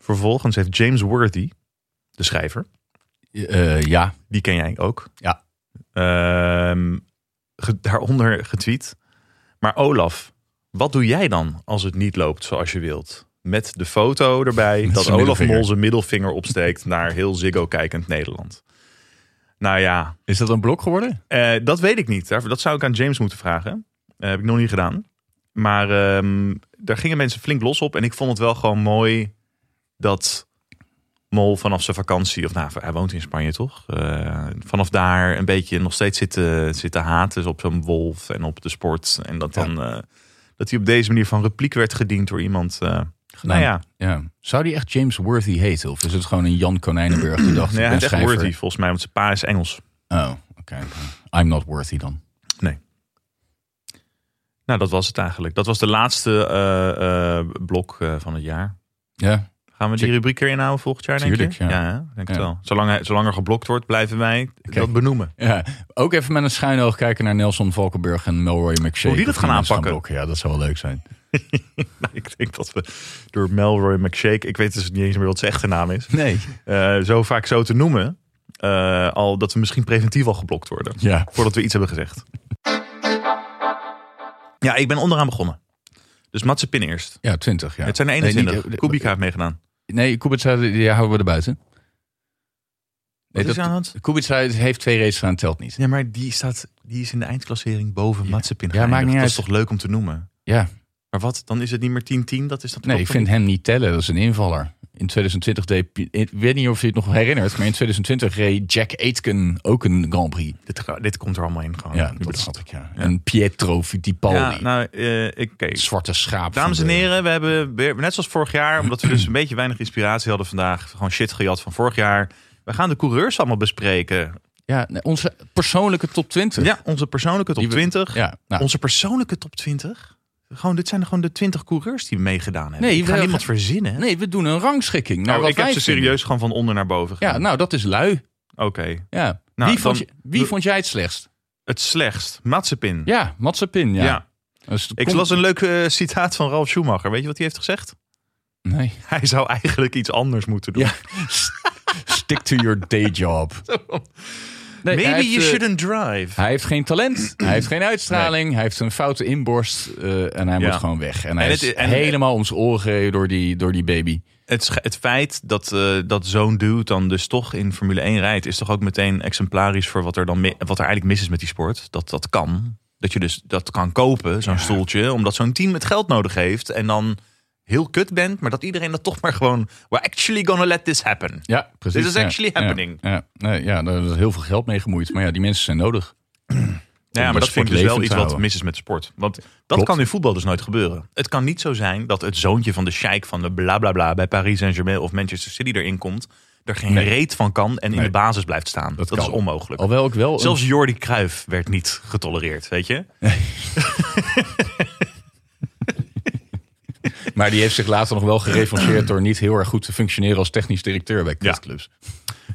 Speaker 2: Vervolgens heeft James Worthy, de schrijver,
Speaker 1: Eh, ja,
Speaker 2: die ken jij ook.
Speaker 1: Ja.
Speaker 2: Ehm, ge- daaronder getweet. Maar Olaf, wat doe jij dan als het niet loopt zoals je wilt? Met de foto erbij
Speaker 1: Met
Speaker 2: dat
Speaker 1: zijn
Speaker 2: Olaf
Speaker 1: middelvinger.
Speaker 2: Mol zijn middelvinger opsteekt naar heel Ziggo kijkend Nederland. Nou ja,
Speaker 1: is dat een blok geworden?
Speaker 2: eh, dat weet ik niet. Daar- Dat zou ik aan James moeten vragen. Eh, heb ik nog niet gedaan. Maar ehm, daar gingen mensen flink los op. En ik vond het wel gewoon mooi dat Mol vanaf zijn vakantie... of nou, hij woont in Spanje toch? Eh, vanaf daar een beetje nog steeds zit te, zit te haten. Dus op zo'n wolf en op de sport. En dat,
Speaker 1: Ja.
Speaker 2: dan, eh, dat hij op deze manier van repliek werd gediend door iemand. eh, nou ja,
Speaker 1: Ja. Zou die echt James Worthy heten? Of is het gewoon een Jan Konijnenburg die dacht, ik
Speaker 2: nee, hij
Speaker 1: ben
Speaker 2: is echt
Speaker 1: schrijver.
Speaker 2: worthy volgens mij. Want zijn pa is Engels.
Speaker 1: Oh, oké. I'm not worthy dan.
Speaker 2: Nou, dat was het eigenlijk. Dat was de laatste eh, eh, blok eh, van het jaar.
Speaker 1: Ja,
Speaker 2: Gaan we die
Speaker 1: Check.
Speaker 2: rubriek erin houden volgend jaar, denk
Speaker 1: Tuurlijk,
Speaker 2: je?
Speaker 1: ja.
Speaker 2: hè? denk het
Speaker 1: Ja.
Speaker 2: wel. Zolang, hij- zolang er geblokt wordt, blijven wij dat benoemen.
Speaker 1: Ja, ook even met een schuin oog kijken naar Nelson Valkenburg en Melroy McShane.
Speaker 2: Hoe die dat
Speaker 1: Of
Speaker 2: gaan
Speaker 1: mensen
Speaker 2: aanpakken.
Speaker 1: blokken. ja, dat zou wel leuk zijn.
Speaker 2: ik denk dat we door Melroy McShake, ik weet dus niet eens meer wat zijn echte naam is,
Speaker 1: Nee.
Speaker 2: eh, zo vaak zo te noemen, eh, al dat we misschien preventief al geblokt worden.
Speaker 1: Ja.
Speaker 2: Voordat we iets hebben gezegd. Ja, ik ben onderaan begonnen. Dus Matze Pin eerst.
Speaker 1: Ja, 20. Ja.
Speaker 2: Het zijn er 21.
Speaker 1: Nee, niet- eh,
Speaker 2: Kubica heeft meegedaan.
Speaker 1: Nee, Kubica, die houden we er buiten.
Speaker 2: Wat is
Speaker 1: dat-
Speaker 2: er aan de hand?
Speaker 1: Kubica heeft twee races gedaan, telt niet.
Speaker 2: Ja, maar die, staat, die is in de eindklassering boven
Speaker 1: Ja.
Speaker 2: Matze Pin.
Speaker 1: Ja, maakt
Speaker 2: geëindigd.
Speaker 1: niet
Speaker 2: dat is
Speaker 1: uit.
Speaker 2: toch leuk om te noemen?
Speaker 1: Ja.
Speaker 2: Maar wat? Dan is het niet meer 10-10? Dat is dat
Speaker 1: Nee, ik
Speaker 2: klopt
Speaker 1: vind hem niet tellen. Dat is een invaller. In 2020 deed... Pi- Ik weet niet of je het nog herinnert, maar in 2020 reed Jack Aitken ook een Grand Prix.
Speaker 2: Dit, ga- dit komt er allemaal in gewoon.
Speaker 1: ja,
Speaker 2: Nu
Speaker 1: dat
Speaker 2: bedoel-
Speaker 1: snap ik, ja. En Pietro Fittipaldi.
Speaker 2: Ja, nou, eh, ik- oké.
Speaker 1: het zwarte schaap.
Speaker 2: Dames
Speaker 1: van
Speaker 2: en
Speaker 1: de-
Speaker 2: heren, we hebben weer, net zoals vorig jaar, omdat we dus een beetje weinig inspiratie hadden vandaag, gewoon shit gejat van vorig jaar. We gaan de coureurs allemaal bespreken.
Speaker 1: Ja, nee, onze persoonlijke top 20.
Speaker 2: Ja, onze persoonlijke top
Speaker 1: Die we-
Speaker 2: 20.
Speaker 1: Ja, nou,
Speaker 2: Onze persoonlijke top 20. Gewoon, dit zijn gewoon de 20 coureurs die meegedaan hebben.
Speaker 1: Nee,
Speaker 2: ik ga
Speaker 1: we-
Speaker 2: niemand verzinnen.
Speaker 1: Nee, we doen een rangschikking. Nou,
Speaker 2: Nou,
Speaker 1: wat
Speaker 2: ik heb
Speaker 1: wij
Speaker 2: ze
Speaker 1: vinden.
Speaker 2: serieus gewoon van onder naar boven
Speaker 1: Ja,
Speaker 2: gedaan.
Speaker 1: nou, dat is lui.
Speaker 2: Oké.
Speaker 1: Ja.
Speaker 2: Nou,
Speaker 1: wie vond,
Speaker 2: dan-
Speaker 1: je- wie
Speaker 2: we-
Speaker 1: vond jij het slechtst?
Speaker 2: Het slechtst. Matsepin.
Speaker 1: Ja, Matsepin. Ja. Dus
Speaker 2: Ik las een leuk eh, citaat van Ralf Schumacher. Weet je wat hij heeft gezegd?
Speaker 1: Nee.
Speaker 2: Hij zou eigenlijk iets anders moeten doen.
Speaker 1: Ja. Stick to your day job. Nee, hij
Speaker 2: Maybe
Speaker 1: heeft,
Speaker 2: you
Speaker 1: eh,
Speaker 2: shouldn't drive.
Speaker 1: Hij heeft geen talent, hij heeft geen uitstraling, hij heeft een foute inborst eh, en hij
Speaker 2: Ja.
Speaker 1: moet gewoon weg. En hij
Speaker 2: En
Speaker 1: is
Speaker 2: het- en-
Speaker 1: helemaal om zijn oren gereden door die, door die baby.
Speaker 2: Het, sch- het feit dat, eh, dat zo'n dude dan dus toch in Formule 1 rijdt, is toch ook meteen exemplarisch voor wat er dan mi- wat er eigenlijk mis is met die sport. Dat dat kan. Dat je dus dat kan kopen, zo'n stoeltje, omdat zo'n team het geld nodig heeft. En dan heel kut bent, maar dat iedereen dat toch maar gewoon. We're actually gonna let this happen.
Speaker 1: Ja, precies.
Speaker 2: This is
Speaker 1: ja,
Speaker 2: actually
Speaker 1: ja,
Speaker 2: happening.
Speaker 1: Ja, Nee, ja, daar is heel veel geld mee gemoeid. Maar ja, die mensen zijn nodig.
Speaker 2: Ja,
Speaker 1: Om de
Speaker 2: maar dat vind
Speaker 1: sport
Speaker 2: ik dus wel
Speaker 1: levend
Speaker 2: iets
Speaker 1: te
Speaker 2: wat
Speaker 1: houden.
Speaker 2: mis is met sport. Want dat
Speaker 1: Klopt.
Speaker 2: kan in voetbal dus nooit gebeuren. Het kan niet zo zijn dat het zoontje van de sheik van de bla bla bla bij Paris Saint-Germain of Manchester City erin komt, er geen
Speaker 1: Nee.
Speaker 2: reet van kan en in
Speaker 1: Nee.
Speaker 2: de basis blijft staan. Dat,
Speaker 1: kan.
Speaker 2: is onmogelijk.
Speaker 1: Alhoewel ik wel... een-
Speaker 2: Zelfs Jordi Cruijff werd niet getolereerd, weet je?
Speaker 1: Maar die heeft zich later nog wel gerevancheerd door niet heel erg goed te functioneren als technisch directeur bij
Speaker 2: Ja.
Speaker 1: kutclubs.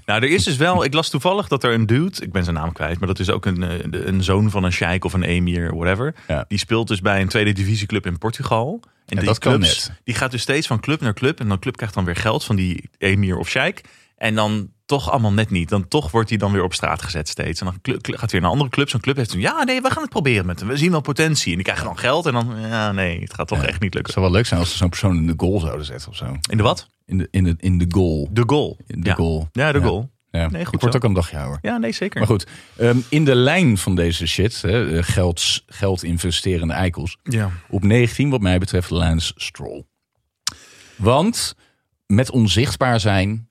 Speaker 2: Nou, er is dus wel, ik las toevallig dat er een dude, ik ben zijn naam kwijt, maar dat is ook een, eh, de- een zoon van een sheik of een emir, whatever.
Speaker 1: Ja.
Speaker 2: Die speelt dus bij een tweede divisieclub in Portugal. En die
Speaker 1: dat kan net.
Speaker 2: Die gaat dus steeds van club naar club en dan club krijgt dan weer geld van die emir of sheik. En dan toch allemaal net niet. Dan toch wordt hij dan weer op straat gezet steeds. En dan clu- clu- gaat hij weer naar een andere club. Zo'n club heeft toen, ja nee, we gaan het proberen met hem. We zien wel potentie. En die krijgen dan geld en dan, ja nee, het gaat toch
Speaker 1: Ja.
Speaker 2: echt niet lukken.
Speaker 1: zou wel leuk zijn als ze zo'n persoon in de goal zouden zetten of zo.
Speaker 2: In de wat?
Speaker 1: In de, in de, in de goal.
Speaker 2: De goal.
Speaker 1: In de
Speaker 2: ja.
Speaker 1: goal.
Speaker 2: Ja, de
Speaker 1: Ja.
Speaker 2: goal.
Speaker 1: Ja.
Speaker 2: Nee, goed
Speaker 1: Ik word
Speaker 2: zo.
Speaker 1: ook een dagje ouder.
Speaker 2: Ja, nee, zeker.
Speaker 1: Maar goed, ehm, in de lijn van deze shit, hè, eh, geld, geld investerende eikels.
Speaker 2: Ja.
Speaker 1: Op 19 wat mij betreft Lance Stroll. Want met onzichtbaar zijn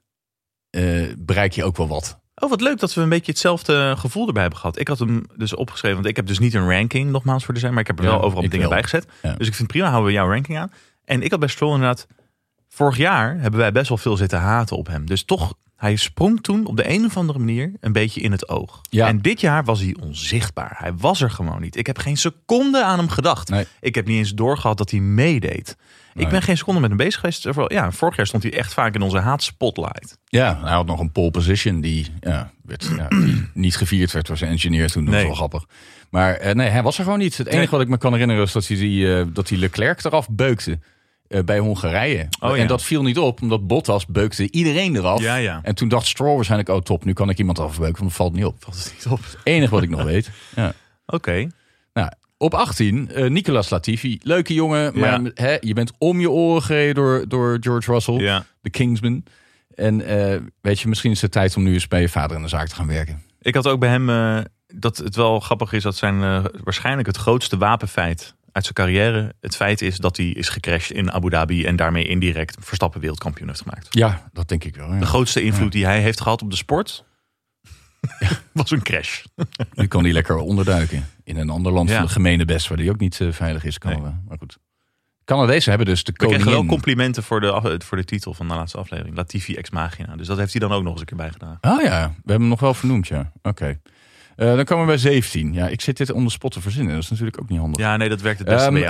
Speaker 1: eh, bereik je ook wel wat.
Speaker 2: Oh, wat leuk dat we een beetje hetzelfde gevoel erbij hebben gehad. Ik had hem dus opgeschreven, want ik heb dus niet een ranking, nogmaals voor de zijn, maar ik heb er
Speaker 1: Ja,
Speaker 2: wel overal
Speaker 1: ik
Speaker 2: dingen
Speaker 1: wel.
Speaker 2: bij gezet.
Speaker 1: Ja.
Speaker 2: Dus ik vind prima, houden we jouw ranking aan. En ik had bij Stroll inderdaad, vorig jaar hebben wij best wel veel zitten haten op hem. Dus toch, hij sprong toen op de een of andere manier een beetje in het oog.
Speaker 1: Ja.
Speaker 2: En dit jaar was hij onzichtbaar. Hij was er gewoon niet. Ik heb geen seconde aan hem gedacht.
Speaker 1: Nee.
Speaker 2: Ik heb niet eens doorgehad dat hij meedeed.
Speaker 1: Nee.
Speaker 2: Ik ben geen seconde met hem bezig geweest. Ja, vorig jaar stond hij echt vaak in onze haatspotlight.
Speaker 1: Ja, hij had nog een pole position die, ja, werd, ja, die niet gevierd werd door zijn engineer toen. Dat was
Speaker 2: Nee.
Speaker 1: wel grappig. Maar eh, nee, hij was er gewoon niet. Het enige
Speaker 2: Nee.
Speaker 1: wat ik me kan herinneren is dat hij, die, eh, dat hij Leclerc eraf beukte eh, bij Hongarije.
Speaker 2: Oh, ja.
Speaker 1: En dat viel niet op, omdat Bottas beukte iedereen eraf.
Speaker 2: Ja, ja.
Speaker 1: En toen dacht Stroll waarschijnlijk, oh top, nu kan ik iemand afbeuken, want dat valt niet op.
Speaker 2: Valt het niet op?
Speaker 1: Het enige wat ik nog weet. Ja.
Speaker 2: Oké.
Speaker 1: Nou, op 18, eh, Nicolas Latifi. Leuke jongen, maar
Speaker 2: Ja.
Speaker 1: hè, je bent om je oren gereden door, door George Russell
Speaker 2: Ja.
Speaker 1: de Kingsman. En eh, weet je, misschien is het tijd om nu eens bij je vader in de zaak te gaan werken.
Speaker 2: Ik had ook bij hem eh, dat het wel grappig is dat zijn eh, waarschijnlijk het grootste wapenfeit uit zijn carrière het feit is dat hij is gecrashed in Abu Dhabi en daarmee indirect Verstappen wereldkampioen heeft gemaakt.
Speaker 1: Ja, dat denk ik wel.
Speaker 2: De
Speaker 1: Ja.
Speaker 2: grootste invloed die hij heeft gehad op de sport was een crash.
Speaker 1: Nu kan hij lekker onderduiken in een ander land
Speaker 2: Ja.
Speaker 1: van de gemene best, waar die ook niet eh, veilig is. Canada. Maar goed. Canadezen hebben dus de
Speaker 2: Ik kreeg wel
Speaker 1: koningin.
Speaker 2: complimenten voor de, af- voor de titel van de laatste aflevering. Latifi ex magina. Dus dat heeft hij dan ook nog eens een keer bijgedragen.
Speaker 1: Ah ja, we hebben hem nog wel vernoemd, ja. Oké. Eh, dan komen we bij 17. Ja, ik zit dit onder spot te verzinnen. Dat is natuurlijk ook niet handig.
Speaker 2: Ja, nee, dat werkt het
Speaker 1: Ja,
Speaker 2: beste bij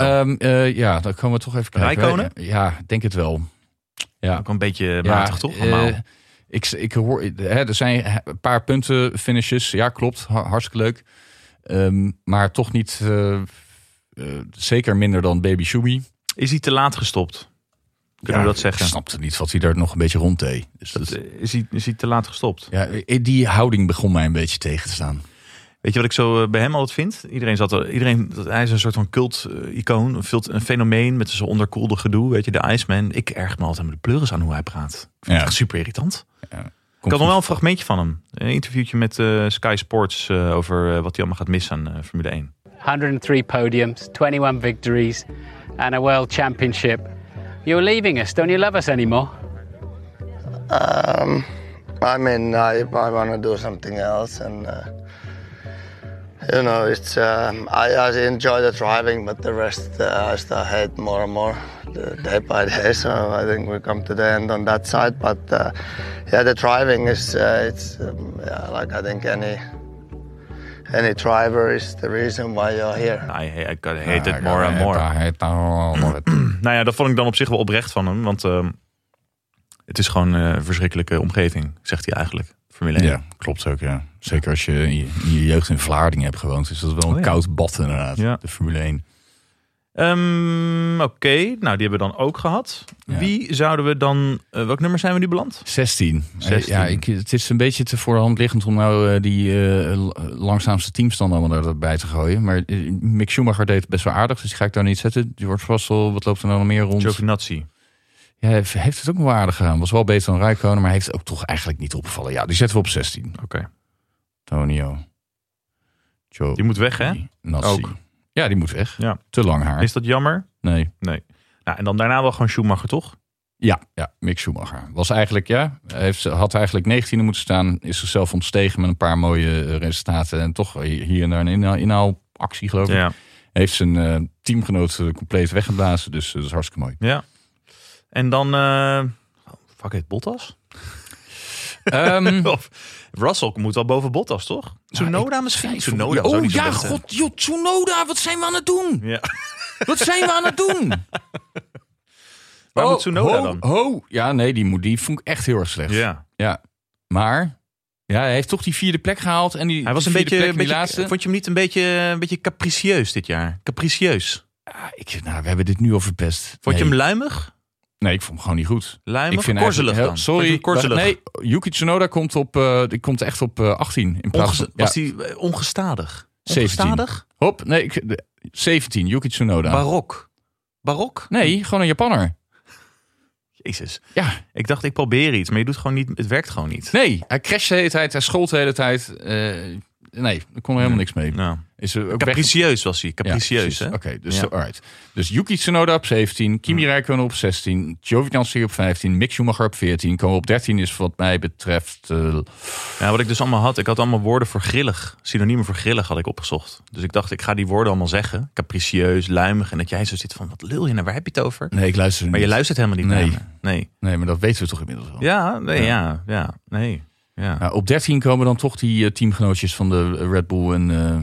Speaker 2: jou.
Speaker 1: ja dan komen we toch even kijken.
Speaker 2: Rijkonen?
Speaker 1: Ja, denk het wel.
Speaker 2: ook een beetje matig toch? Allemaal.
Speaker 1: eh, ik, ik hoor, eh, hè, er zijn een paar punten finishes. Ja, klopt. ha- hartstikke leuk. Ehm, maar toch niet. eh, eh, zeker minder dan Baby Shubi.
Speaker 2: is hij te laat gestopt? Kunnen we dat zeggen?
Speaker 1: Ik snapte niet wat hij daar nog een beetje rond deed. Dus dat,
Speaker 2: Dat, eh, is, hij, is hij te laat gestopt?
Speaker 1: ja, die houding begon mij een beetje tegen te staan.
Speaker 2: Weet je wat ik zo eh, bij hem altijd vind? Iedereen zat er, iedereen, dat- hij is een soort van cult-icoon, een fenomeen met zijn onderkoelde gedoe, weet je, de Iceman. Ik erg me altijd met de pleuris aan hoe hij praat. Ik vind
Speaker 1: Ja.
Speaker 2: het echt super irritant. Ik
Speaker 1: Komt
Speaker 2: had nog wel een fragmentje van hem. Een interviewtje met eh, Sky Sports eh, over eh, wat hij allemaal gaat missen aan eh, Formule 1.
Speaker 3: 103 podiums, 21 victories, and a world championship. You're leaving us. Don't you love us anymore?
Speaker 4: Um, I mean, I, I want to do something else, and uh, you know, it's um, I, I enjoy the driving, but the rest uh, I still hate more and more uh, day by day. So I think we come to the end on that side, but uh, yeah, the driving is uh, it's um, yeah, like I think any any driver is the reason why you're here.
Speaker 2: I, I hate it more and more. Nou ja, dat vond ik dan op zich wel oprecht van hem, want ehm, het is gewoon eh, een verschrikkelijke omgeving, zegt hij eigenlijk. Formule 1.
Speaker 1: Ja, klopt ook. Ja. Zeker als je in je, in je jeugd in Vlaardingen hebt gewoond. Is dat wel een
Speaker 2: Oh ja.
Speaker 1: koud bad inderdaad.
Speaker 2: Ja.
Speaker 1: De Formule 1.
Speaker 2: Ehm, Oké, nou die hebben we dan ook gehad.
Speaker 1: Ja.
Speaker 2: Wie zouden we dan... eh, welk nummer zijn we nu beland?
Speaker 1: 16.
Speaker 2: 16.
Speaker 1: Eh, Ja, ik, het is een beetje te voor de hand liggend om nou eh, die eh, l- langzaamste teams dan allemaal daarbij te gooien. Maar eh, Mick Schumacher deed het best wel aardig, dus die ga ik daar niet zetten. George Russell, wat loopt er nou nog meer rond?
Speaker 2: Giovinazzi.
Speaker 1: Ja, hij heeft- heeft het ook nog wel aardig gedaan. Was wel beter dan Rijkonen, maar hij heeft ook toch eigenlijk niet opgevallen. Ja, die zetten we op 16.
Speaker 2: Oké.
Speaker 1: Tonio. Joe.
Speaker 2: Die moet weg, hè?
Speaker 1: Nassi.
Speaker 2: Ook.
Speaker 1: Ja, die moet weg.
Speaker 2: Ja.
Speaker 1: Te lang haar.
Speaker 2: Is dat jammer?
Speaker 1: Nee.
Speaker 2: Nou, en dan daarna wel gewoon Schumacher, toch?
Speaker 1: Ja, ja, Mick Schumacher. Was eigenlijk, ja, hij heeft, had eigenlijk 19e moeten staan. Is zichzelf ontstegen met een paar mooie eh, resultaten. En toch hier en daar een inhaal, inhaalactie, geloof ik.
Speaker 2: Ja.
Speaker 1: Heeft zijn eh, teamgenoot eh, compleet weggeblazen. Dus eh, dat is hartstikke mooi.
Speaker 2: ja. En dan... eh, fuck it, Bottas?
Speaker 1: Ehm,
Speaker 2: Of, Russell moet wel boven Bottas, toch? Oh, Tsunoda misschien? Tsunoda was ook
Speaker 1: oh
Speaker 2: niet zo
Speaker 1: ja,
Speaker 2: best, hè?
Speaker 1: god, joh, Tsunoda, wat zijn we aan het doen?
Speaker 2: Ja.
Speaker 1: Wat zijn we aan het doen?
Speaker 2: Waar
Speaker 1: Oh,
Speaker 2: moet Tsunoda
Speaker 1: ho,
Speaker 2: dan?
Speaker 1: Ho, ja, nee, die, moet, die vond ik echt heel erg slecht.
Speaker 2: Ja.
Speaker 1: Ja. Maar ja, hij heeft toch die vierde plek gehaald. En die,
Speaker 2: Hij was
Speaker 1: die
Speaker 2: een
Speaker 1: vierde
Speaker 2: beetje,
Speaker 1: plek
Speaker 2: een
Speaker 1: in die
Speaker 2: beetje
Speaker 1: laatste.
Speaker 2: vond je hem niet een beetje, eh, een beetje capricieus dit jaar? Capricieus.
Speaker 1: Ja, ik, nou, we hebben dit nu al verpest.
Speaker 2: Vond
Speaker 1: Nee.
Speaker 2: je hem luimig?
Speaker 1: Nee, ik vond hem gewoon niet goed.
Speaker 2: Luimig?
Speaker 1: ik vind
Speaker 2: korzelig
Speaker 1: eigenlijk-
Speaker 2: dan?
Speaker 1: heel-
Speaker 2: Vond je
Speaker 1: Sorry,
Speaker 2: hem korzelig?
Speaker 1: maar nee, Yuki Tsunoda komt, op, eh, die komt echt op eh, 18 in plaats
Speaker 2: Onges-
Speaker 1: van
Speaker 2: was
Speaker 1: ja,
Speaker 2: hij eh, ongestadig?
Speaker 1: 17.
Speaker 2: Ongestadig?
Speaker 1: Hop, nee, ik, de- 17, Yuki Tsunoda.
Speaker 2: Barok. Barok?
Speaker 1: nee, gewoon een Japanner.
Speaker 2: Jezus.
Speaker 1: Ja,
Speaker 2: Ik dacht, ik probeer iets, maar je doet gewoon niet, het werkt gewoon niet.
Speaker 1: nee, hij crasht de hele tijd, hij schold de hele tijd. eh, nee, daar kon er helemaal niks mee.
Speaker 2: Nou,
Speaker 1: Is er ook weg-
Speaker 2: capricieus was hij.
Speaker 1: Ja,
Speaker 2: Capricieus,
Speaker 1: precies.
Speaker 2: hè?
Speaker 1: Oké, dus,
Speaker 2: Ja. Hm.
Speaker 1: alright. dus Yuki Tsunoda op 17, Kimi Räikkönen op 16, Giovinazzi op 15, Mick Schumacher op 14, Ko op 13 is wat mij betreft... eh,
Speaker 2: Ja, wat ik dus allemaal had, ik had allemaal woorden voor grillig. Synoniemen voor grillig had ik opgezocht. Dus ik dacht, ik ga die woorden allemaal zeggen. Capricieus, luimig. En dat jij zo zit van, wat lul je nou, waar heb je het over?
Speaker 1: nee, ik luister er
Speaker 2: Maar je
Speaker 1: niet.
Speaker 2: luistert helemaal niet
Speaker 1: Nee.
Speaker 2: naar me. Nee.
Speaker 1: Nee, maar dat weten we toch inmiddels wel.
Speaker 2: Ja, nee, ja, ja, nee. Ja.
Speaker 1: Ja, op 13 komen dan toch die eh, teamgenootjes van de eh, Red Bull en eh,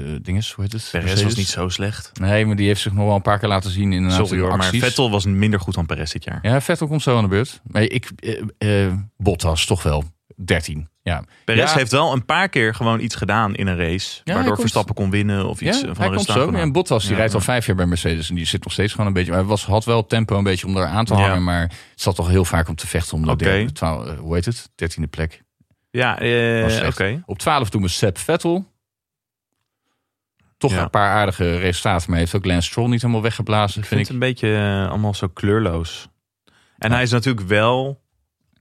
Speaker 1: eh, dinges, hoe heet het?
Speaker 2: Perez was
Speaker 1: Mercedes.
Speaker 2: niet zo slecht.
Speaker 1: Nee, maar die heeft zich nog wel een paar keer laten zien in een aantal
Speaker 2: Sorry hoor, maar
Speaker 1: acties.
Speaker 2: Vettel was minder goed dan Perez dit jaar.
Speaker 1: Ja, Vettel komt zo aan de beurt. Maar ik, eh, eh, Bottas toch wel, 13. Ja.
Speaker 2: Perez
Speaker 1: Ja.
Speaker 2: heeft wel een paar keer gewoon iets gedaan in een race.
Speaker 1: hij
Speaker 2: waardoor
Speaker 1: komt-
Speaker 2: Verstappen kon winnen of iets
Speaker 1: ja,
Speaker 2: eh, van
Speaker 1: hij
Speaker 2: een
Speaker 1: komt
Speaker 2: resultaat
Speaker 1: zo.
Speaker 2: kon halen.
Speaker 1: En Bottas die
Speaker 2: Ja,
Speaker 1: rijdt al
Speaker 2: ja.
Speaker 1: vijf jaar bij Mercedes en die zit nog steeds gewoon een beetje. Maar hij was, had wel het tempo een beetje om daar aan te hangen,
Speaker 2: Ja.
Speaker 1: maar zat toch heel vaak om te vechten om de
Speaker 2: Oké.
Speaker 1: derde, twa- eh, hoe heet het? Dertiende plek.
Speaker 2: Ja, eh,
Speaker 1: Was
Speaker 2: oké.
Speaker 1: slecht. Op 12 doen we Seb Vettel. Toch
Speaker 2: Ja.
Speaker 1: een paar aardige resultaten, maar hij heeft ook Lance Stroll niet helemaal weggeblazen,
Speaker 2: Ik vind
Speaker 1: vind
Speaker 2: het
Speaker 1: ik.
Speaker 2: een beetje eh, allemaal zo kleurloos. En hij is natuurlijk wel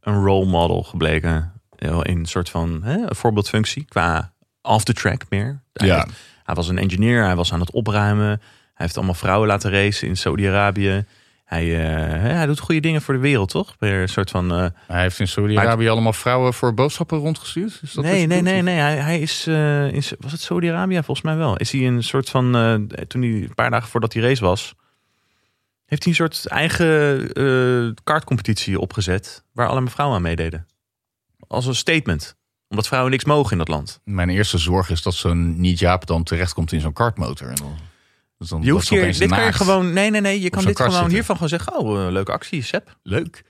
Speaker 2: een role model gebleken. Heel In een soort van hè, een voorbeeldfunctie qua off the track meer. Hij,
Speaker 1: Ja.
Speaker 2: heeft- hij was een engineer, hij was aan het opruimen. Hij heeft allemaal vrouwen laten racen in Saudi-Arabië. Hij, eh, hè, hij doet goede dingen voor de wereld, toch? Weer Een soort van. eh,
Speaker 1: Hij heeft in Saudi-Arabië allemaal vrouwen voor boodschappen rondgestuurd. Is dat wat
Speaker 2: nee,
Speaker 1: je
Speaker 2: nee,
Speaker 1: bedoelt?
Speaker 2: nee, nee. Hij, hij is. eh, in, was het Saudi-Arabië? Volgens mij wel. Is hij een soort van. eh, toen hij een paar dagen voordat die race was. Heeft hij een soort eigen eh kaartcompetitie opgezet. Waar allemaal vrouwen aan meededen. Als een statement. Omdat vrouwen niks mogen in dat land.
Speaker 1: Mijn eerste zorg is dat zo'n niet-jaap dan terechtkomt in zo'n kartmotor. En dan, dus dan
Speaker 2: Je hoeft
Speaker 1: dat is
Speaker 2: hier.
Speaker 1: opeens
Speaker 2: Dit kan je
Speaker 1: naakt.
Speaker 2: gewoon. Nee, nee, nee. Je kan
Speaker 1: zo'n
Speaker 2: dit
Speaker 1: kart
Speaker 2: gewoon
Speaker 1: zitten.
Speaker 2: hiervan gewoon zeggen. Oh, eh, leuke actie, Sepp.
Speaker 1: Leuk.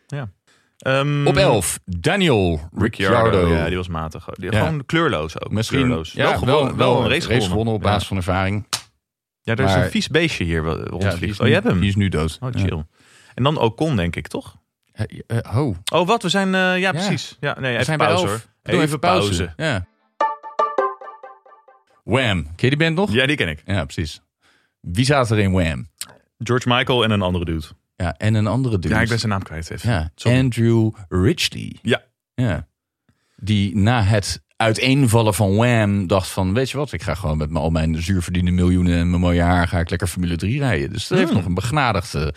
Speaker 2: Ehm,
Speaker 1: Op 11, Daniel Ricciardo.
Speaker 2: Ja, die was matig. Die,
Speaker 1: Ja.
Speaker 2: Gewoon kleurloos ook.
Speaker 1: Misschien
Speaker 2: kleurloos.
Speaker 1: ja,
Speaker 2: wel, gewonnen, wel, een race, gewonnen.
Speaker 1: op basis
Speaker 2: Ja.
Speaker 1: van ervaring.
Speaker 2: Ja, er is
Speaker 1: Maar-
Speaker 2: een vies beestje hier wel-
Speaker 1: Ja, die
Speaker 2: rondvliegt.
Speaker 1: is
Speaker 2: oh,
Speaker 1: nu-
Speaker 2: je hebt hem.
Speaker 1: Die is nu dood.
Speaker 2: Oh,
Speaker 1: Ja.
Speaker 2: chill. En dan Ocon, denk ik, toch?
Speaker 1: Eh, eh, ho, we
Speaker 2: Oh, wat? We zijn... eh, ja, precies. Ja, nee, even
Speaker 1: zijn bij
Speaker 2: pauze,
Speaker 1: 11.
Speaker 2: hoor.
Speaker 1: Doe even pauze. Ja. Wham. Ken je die band nog?
Speaker 2: Ja, die ken ik.
Speaker 1: Ja, precies. Wie zaten er in Wham?
Speaker 2: George Michael en een andere dude.
Speaker 1: Ja, en een andere dude.
Speaker 2: Ja, ik ben zijn naam kwijt even.
Speaker 1: Ja,
Speaker 2: Sorry.
Speaker 1: Andrew Ridgely.
Speaker 2: Ja.
Speaker 1: Ja. Die na het uiteenvallen van Wham dacht van... weet je wat, ik ga gewoon met mijn- al mijn zuurverdiende miljoenen... en mijn mooie haar ga ik lekker Formule 3 rijden. Dus dat heeft
Speaker 2: Hmm.
Speaker 1: nog een begnadigd... eh,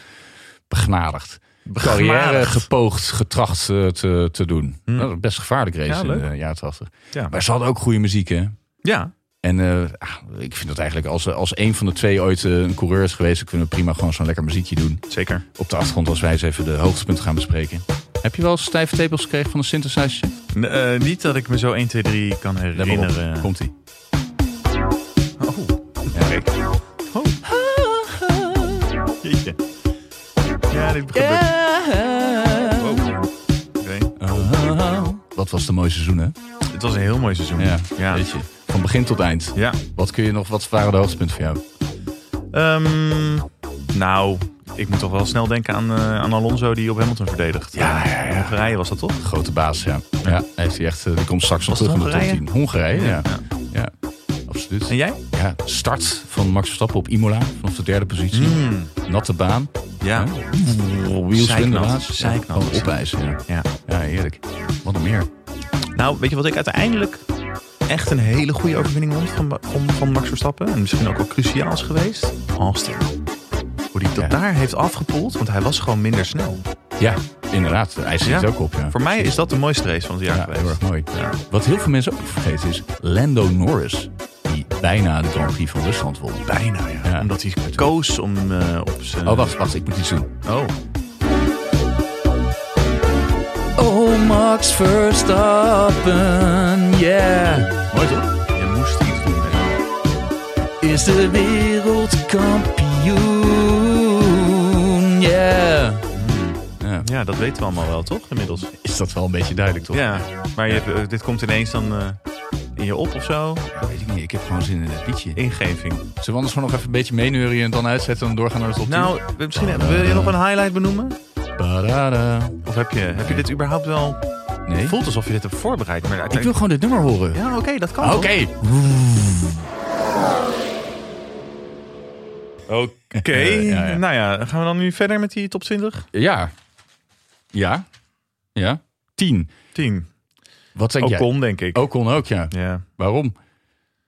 Speaker 1: begnadigd.
Speaker 2: Begnadigd.
Speaker 1: Carrière gepoogd, getracht eh, te, te doen. Nou,
Speaker 2: Hmm.
Speaker 1: Dat was best gevaarlijk race
Speaker 2: Ja,
Speaker 1: in
Speaker 2: leuk.
Speaker 1: de jaren 80.
Speaker 2: Ja.
Speaker 1: Maar ze hadden ook goede muziek, hè?
Speaker 2: Ja.
Speaker 1: En eh, ah, ik vind dat eigenlijk als, als een van de twee ooit eh, een coureur is geweest, dan kunnen we prima gewoon zo'n lekker muziekje doen.
Speaker 2: zeker.
Speaker 1: Op de achtergrond als wij eens even de hoogtepunten gaan bespreken. Heb je wel eens stijve tepels gekregen van een synthesizer?
Speaker 2: N- eh, niet dat ik me zo 1, 2, 3 kan
Speaker 1: Let maar op.
Speaker 2: herinneren.
Speaker 1: Komt ie.
Speaker 2: Oh, kijk. Oh. Jeetje. Ja, dit begint ook- Wow. Oké.
Speaker 1: Wat Oh, was de mooie seizoen, hè?
Speaker 2: Het was een heel mooi seizoen.
Speaker 1: Ja,
Speaker 2: ja.
Speaker 1: weet je. Van begin tot eind.
Speaker 2: Ja.
Speaker 1: Wat kun je nog, wat waren de hoogtepunten voor jou?
Speaker 2: Ehm, nou, ik moet toch wel snel denken aan, eh, aan Alonso die op Hamilton verdedigt.
Speaker 1: Ja, ja, ja.
Speaker 2: Hongarije was dat toch?
Speaker 1: Grote baas, ja. Ja, heeft hij echt, eh, die komt straks nog
Speaker 2: Was
Speaker 1: terug
Speaker 2: het
Speaker 1: in de top
Speaker 2: Hongarije?
Speaker 1: 10. Hongarije, ja.
Speaker 2: Ja.
Speaker 1: Ja, absoluut.
Speaker 2: En jij?
Speaker 1: Ja, start van Max Verstappen op Imola, vanaf de derde positie. Natte baan.
Speaker 2: Ja.
Speaker 1: Wielslender
Speaker 2: Zeiknat.
Speaker 1: baas.
Speaker 2: Zeiknat.
Speaker 1: Oh, opijzen, ja.
Speaker 2: ja.
Speaker 1: Ja, heerlijk. Wat nog meer.
Speaker 2: Nou, weet je wat ik uiteindelijk echt een hele goede overwinning vond van, van, van Max Verstappen? En misschien ook wel cruciaal is geweest? Austin. Hoe die dat
Speaker 1: Ja.
Speaker 2: daar heeft afgepoeld, want hij was gewoon minder snel.
Speaker 1: Ja, inderdaad. Hij zit
Speaker 2: Ja.
Speaker 1: ook op, ja.
Speaker 2: Voor mij is dat de mooiste race van het jaar
Speaker 1: ja,
Speaker 2: geweest.
Speaker 1: heel erg mooi. Wat heel veel mensen ook vergeten is Lando Norris. Die bijna de Grand Prix van Rusland won.
Speaker 2: Bijna, ja.
Speaker 1: Ja.
Speaker 2: Omdat hij koos om eh, op zijn...
Speaker 1: Oh, wacht, wacht. Ik moet iets doen.
Speaker 2: Oh.
Speaker 1: Oh, Max Verstappen, yeah.
Speaker 2: Mooi toch? Je moest iets doen. hè.
Speaker 1: Is de wereldkampioen, yeah. Ja,
Speaker 2: Ja, dat weten we allemaal wel, toch? Inmiddels.
Speaker 1: Is dat wel een beetje duidelijk, toch?
Speaker 2: Ja, maar je, hebt, eh, dit komt ineens dan eh, in je op of zo.
Speaker 1: Dat weet ik niet. Ik heb gewoon zin in het liedje. Zullen
Speaker 2: Ingeving.
Speaker 1: we anders gewoon nog even een beetje meeneurien en dan uitzetten en doorgaan naar de top 10?
Speaker 2: Nou, misschien wil je nog een highlight benoemen?
Speaker 1: Badada.
Speaker 2: Of heb je, heb je dit überhaupt wel...
Speaker 1: Nee.
Speaker 2: Het voelt alsof je dit hebt voorbereid. Maar
Speaker 1: Ik wil
Speaker 2: uiteindelijk...
Speaker 1: gewoon dit nummer horen.
Speaker 2: Ja, oké, dat kan
Speaker 1: Oké.
Speaker 2: toch? Oké,
Speaker 1: Eh, ja, ja.
Speaker 2: nou ja, gaan we dan nu verder met die top 20?
Speaker 1: Ja. Ja. Ja. Tien.
Speaker 2: 10.
Speaker 1: Wat denk
Speaker 2: Ook
Speaker 1: jij? Oh.
Speaker 2: kon, denk ik.
Speaker 1: Ocon ook, ja.
Speaker 2: Ja.
Speaker 1: Waarom?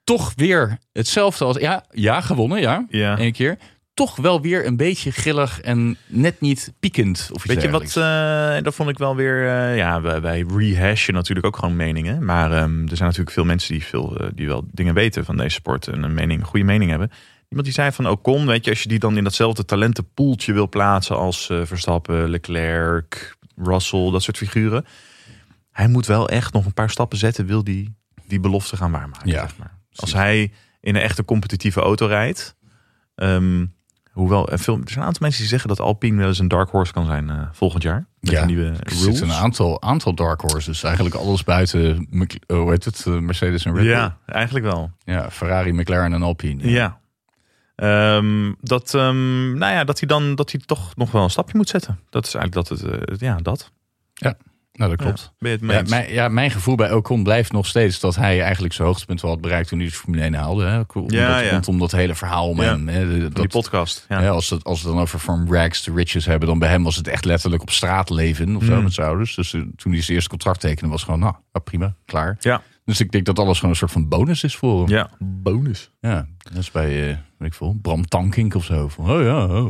Speaker 1: Toch weer hetzelfde als... Ja, ja gewonnen, ja.
Speaker 2: ja.
Speaker 1: Eén keer. Toch wel weer een beetje grillig en net niet piekend. Of iets
Speaker 2: Weet je
Speaker 1: dergelijks.
Speaker 2: wat, eh, dat vond ik wel weer... eh, ja, wij, wij rehashen natuurlijk ook gewoon meningen. Maar ehm, er zijn natuurlijk veel mensen die, veel, eh, die wel dingen weten van deze sport. En een, mening, een goede mening hebben. Iemand die zei van Ocon, weet je, als je die dan in datzelfde talentenpoeltje wil plaatsen als eh, Verstappen, Leclerc, Russell, dat soort figuren. Hij moet wel echt nog een paar stappen zetten, wil die die belofte gaan waarmaken.
Speaker 1: Ja,
Speaker 2: zeg maar. Als hij in een echte competitieve auto rijdt. ehm, hoewel, eh, veel, er zijn een aantal mensen die zeggen dat Alpine wel eens een dark horse kan zijn eh, volgend jaar. Met
Speaker 1: Ja,
Speaker 2: de nieuwe
Speaker 1: Er
Speaker 2: rules.
Speaker 1: zitten een aantal, aantal dark horses. Eigenlijk alles buiten Mc- eh, hoe heet het? Eh, Mercedes en Red Bull.
Speaker 2: ja, eigenlijk wel.
Speaker 1: Ja, Ferrari, McLaren en Alpine.
Speaker 2: Ja. Ehm, dat, ehm, nou ja, dat hij dan dat hij toch nog wel een stapje moet zetten. Dat is eigenlijk dat het, eh, ja, dat.
Speaker 1: Nou, dat klopt.
Speaker 2: Ja. Ben je het mee
Speaker 1: Ja,
Speaker 2: eens?
Speaker 1: mijn, ja, mijn gevoel bij Ocon blijft nog steeds dat hij eigenlijk zijn hoogtepunt wel had bereikt toen hij de Formule 1 haalde. Hè. Omdat,
Speaker 2: Ja, ja.
Speaker 1: Rondom dat hele verhaal om
Speaker 2: Ja.
Speaker 1: hem. Hè. De-
Speaker 2: Van die
Speaker 1: Dat,
Speaker 2: podcast. Ja.
Speaker 1: hè, als, het, als we het dan over From Rags to Riches hebben, dan bij hem was het echt letterlijk op straat leven of zo
Speaker 2: Mm.
Speaker 1: met zijn ouders. Dus eh, toen hij zijn eerste contract tekende was gewoon, nou, ah, prima, klaar.
Speaker 2: Ja.
Speaker 1: Dus ik denk dat alles gewoon een soort van bonus is voor hem.
Speaker 2: ja. Bonus.
Speaker 1: Ja, dat is bij, eh weet ik veel, Bram Tankink of zo. Van, oh ja, oh.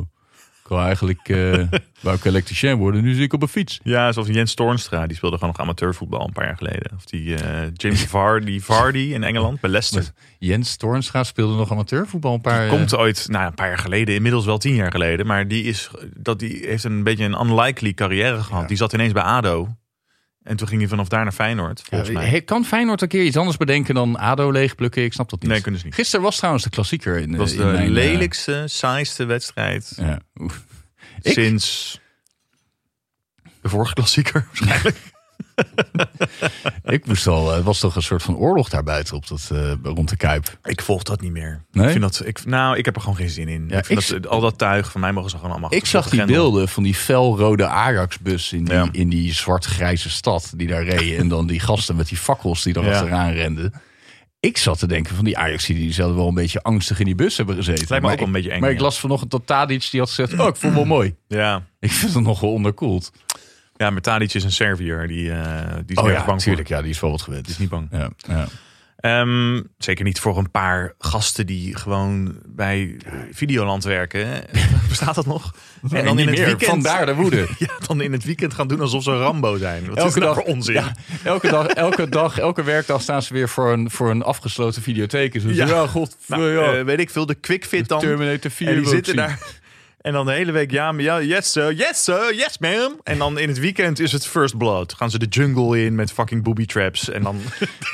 Speaker 1: ik wil eigenlijk, eh wou ik elektricien worden, nu zit ik op een fiets.
Speaker 2: Ja, zoals Jens Toornstra, die speelde gewoon nog amateurvoetbal een paar jaar geleden. Of die eh, James Vardy, Vardy in Engeland, bij Leicester.
Speaker 1: Eh, Jens Toornstra speelde nog amateurvoetbal een paar eh,
Speaker 2: Komt ooit, nou ja, een paar jaar geleden, inmiddels wel tien jaar geleden. Maar die, is, dat, die heeft een beetje een unlikely carrière gehad. Die zat ineens bij ADO. En toen ging hij vanaf daar naar Feyenoord, volgens mij.
Speaker 1: Hey, Kan Feyenoord een keer iets anders bedenken dan ADO leegplukken? Ik snap dat niet.
Speaker 2: Nee, kunnen ze niet.
Speaker 1: Gisteren was trouwens de klassieker. In, eh,
Speaker 2: Dat was de
Speaker 1: in mijn, eh,
Speaker 2: lelijkste, saaiste wedstrijd
Speaker 1: ja. Oef. Ik?
Speaker 2: sinds de vorige klassieker waarschijnlijk.
Speaker 1: Ik moest al, eh, het was toch een soort van oorlog daarbuiten op dat, eh, rond de Kuip.
Speaker 2: Ik volg dat niet meer.
Speaker 1: Nee?
Speaker 2: Ik vind dat, ik, nou, ik heb er gewoon geen zin in.
Speaker 1: Ja,
Speaker 2: ik vind
Speaker 1: ik-
Speaker 2: dat, al dat tuig, van mij mogen ze gewoon allemaal
Speaker 1: Ik zag die
Speaker 2: gendelen.
Speaker 1: beelden van die felrode Ajax-bus in die,
Speaker 2: Ja.
Speaker 1: in die zwart-grijze stad die daar reed. en dan die gasten met die fakkels die daar
Speaker 2: Ja.
Speaker 1: achteraan renden. Ik zat te denken van die Ajax die zouden wel een beetje angstig in die bus hebben gezeten.
Speaker 2: Lijkt me
Speaker 1: maar
Speaker 2: ook wel
Speaker 1: ik,
Speaker 2: een beetje eng,
Speaker 1: Maar ik
Speaker 2: ja.
Speaker 1: las vanochtend dat Tadic die had gezegd, oh ik voel me wel mooi.
Speaker 2: Ja.
Speaker 1: Ik vind het nogal onderkoeld.
Speaker 2: Oh, Ja, maar Tadic is een Serviër. Die, eh, die is
Speaker 1: Oh
Speaker 2: erg
Speaker 1: ja,
Speaker 2: bang
Speaker 1: natuurlijk.
Speaker 2: voor.
Speaker 1: Ja, die is wel wat gewend.
Speaker 2: Die is niet bang.
Speaker 1: Ja, ja.
Speaker 2: Ehm, zeker niet voor een paar gasten die gewoon bij eh, Videoland werken. hè. Bestaat dat nog? En
Speaker 1: En niet meer. Vandaar de woede.
Speaker 2: Ja, dan in het weekend gaan doen alsof ze Rambo zijn. Wat is dat voor onzin?
Speaker 1: ja, elke dag, elke dag, elke werkdag staan ze weer voor een, voor een afgesloten videotheek. Dus ja,
Speaker 2: Ja.
Speaker 1: god,
Speaker 2: Nou,
Speaker 1: ja.
Speaker 2: eh, weet ik veel, de quickfit dan.
Speaker 1: Terminator 4
Speaker 2: En die
Speaker 1: wil ik
Speaker 2: zitten
Speaker 1: zien.
Speaker 2: daar. En dan de hele week, ja, maar ja, yes sir, yes sir, yes ma'am. En dan in het weekend is het first blood. Gaan ze de jungle in met fucking booby traps. En dan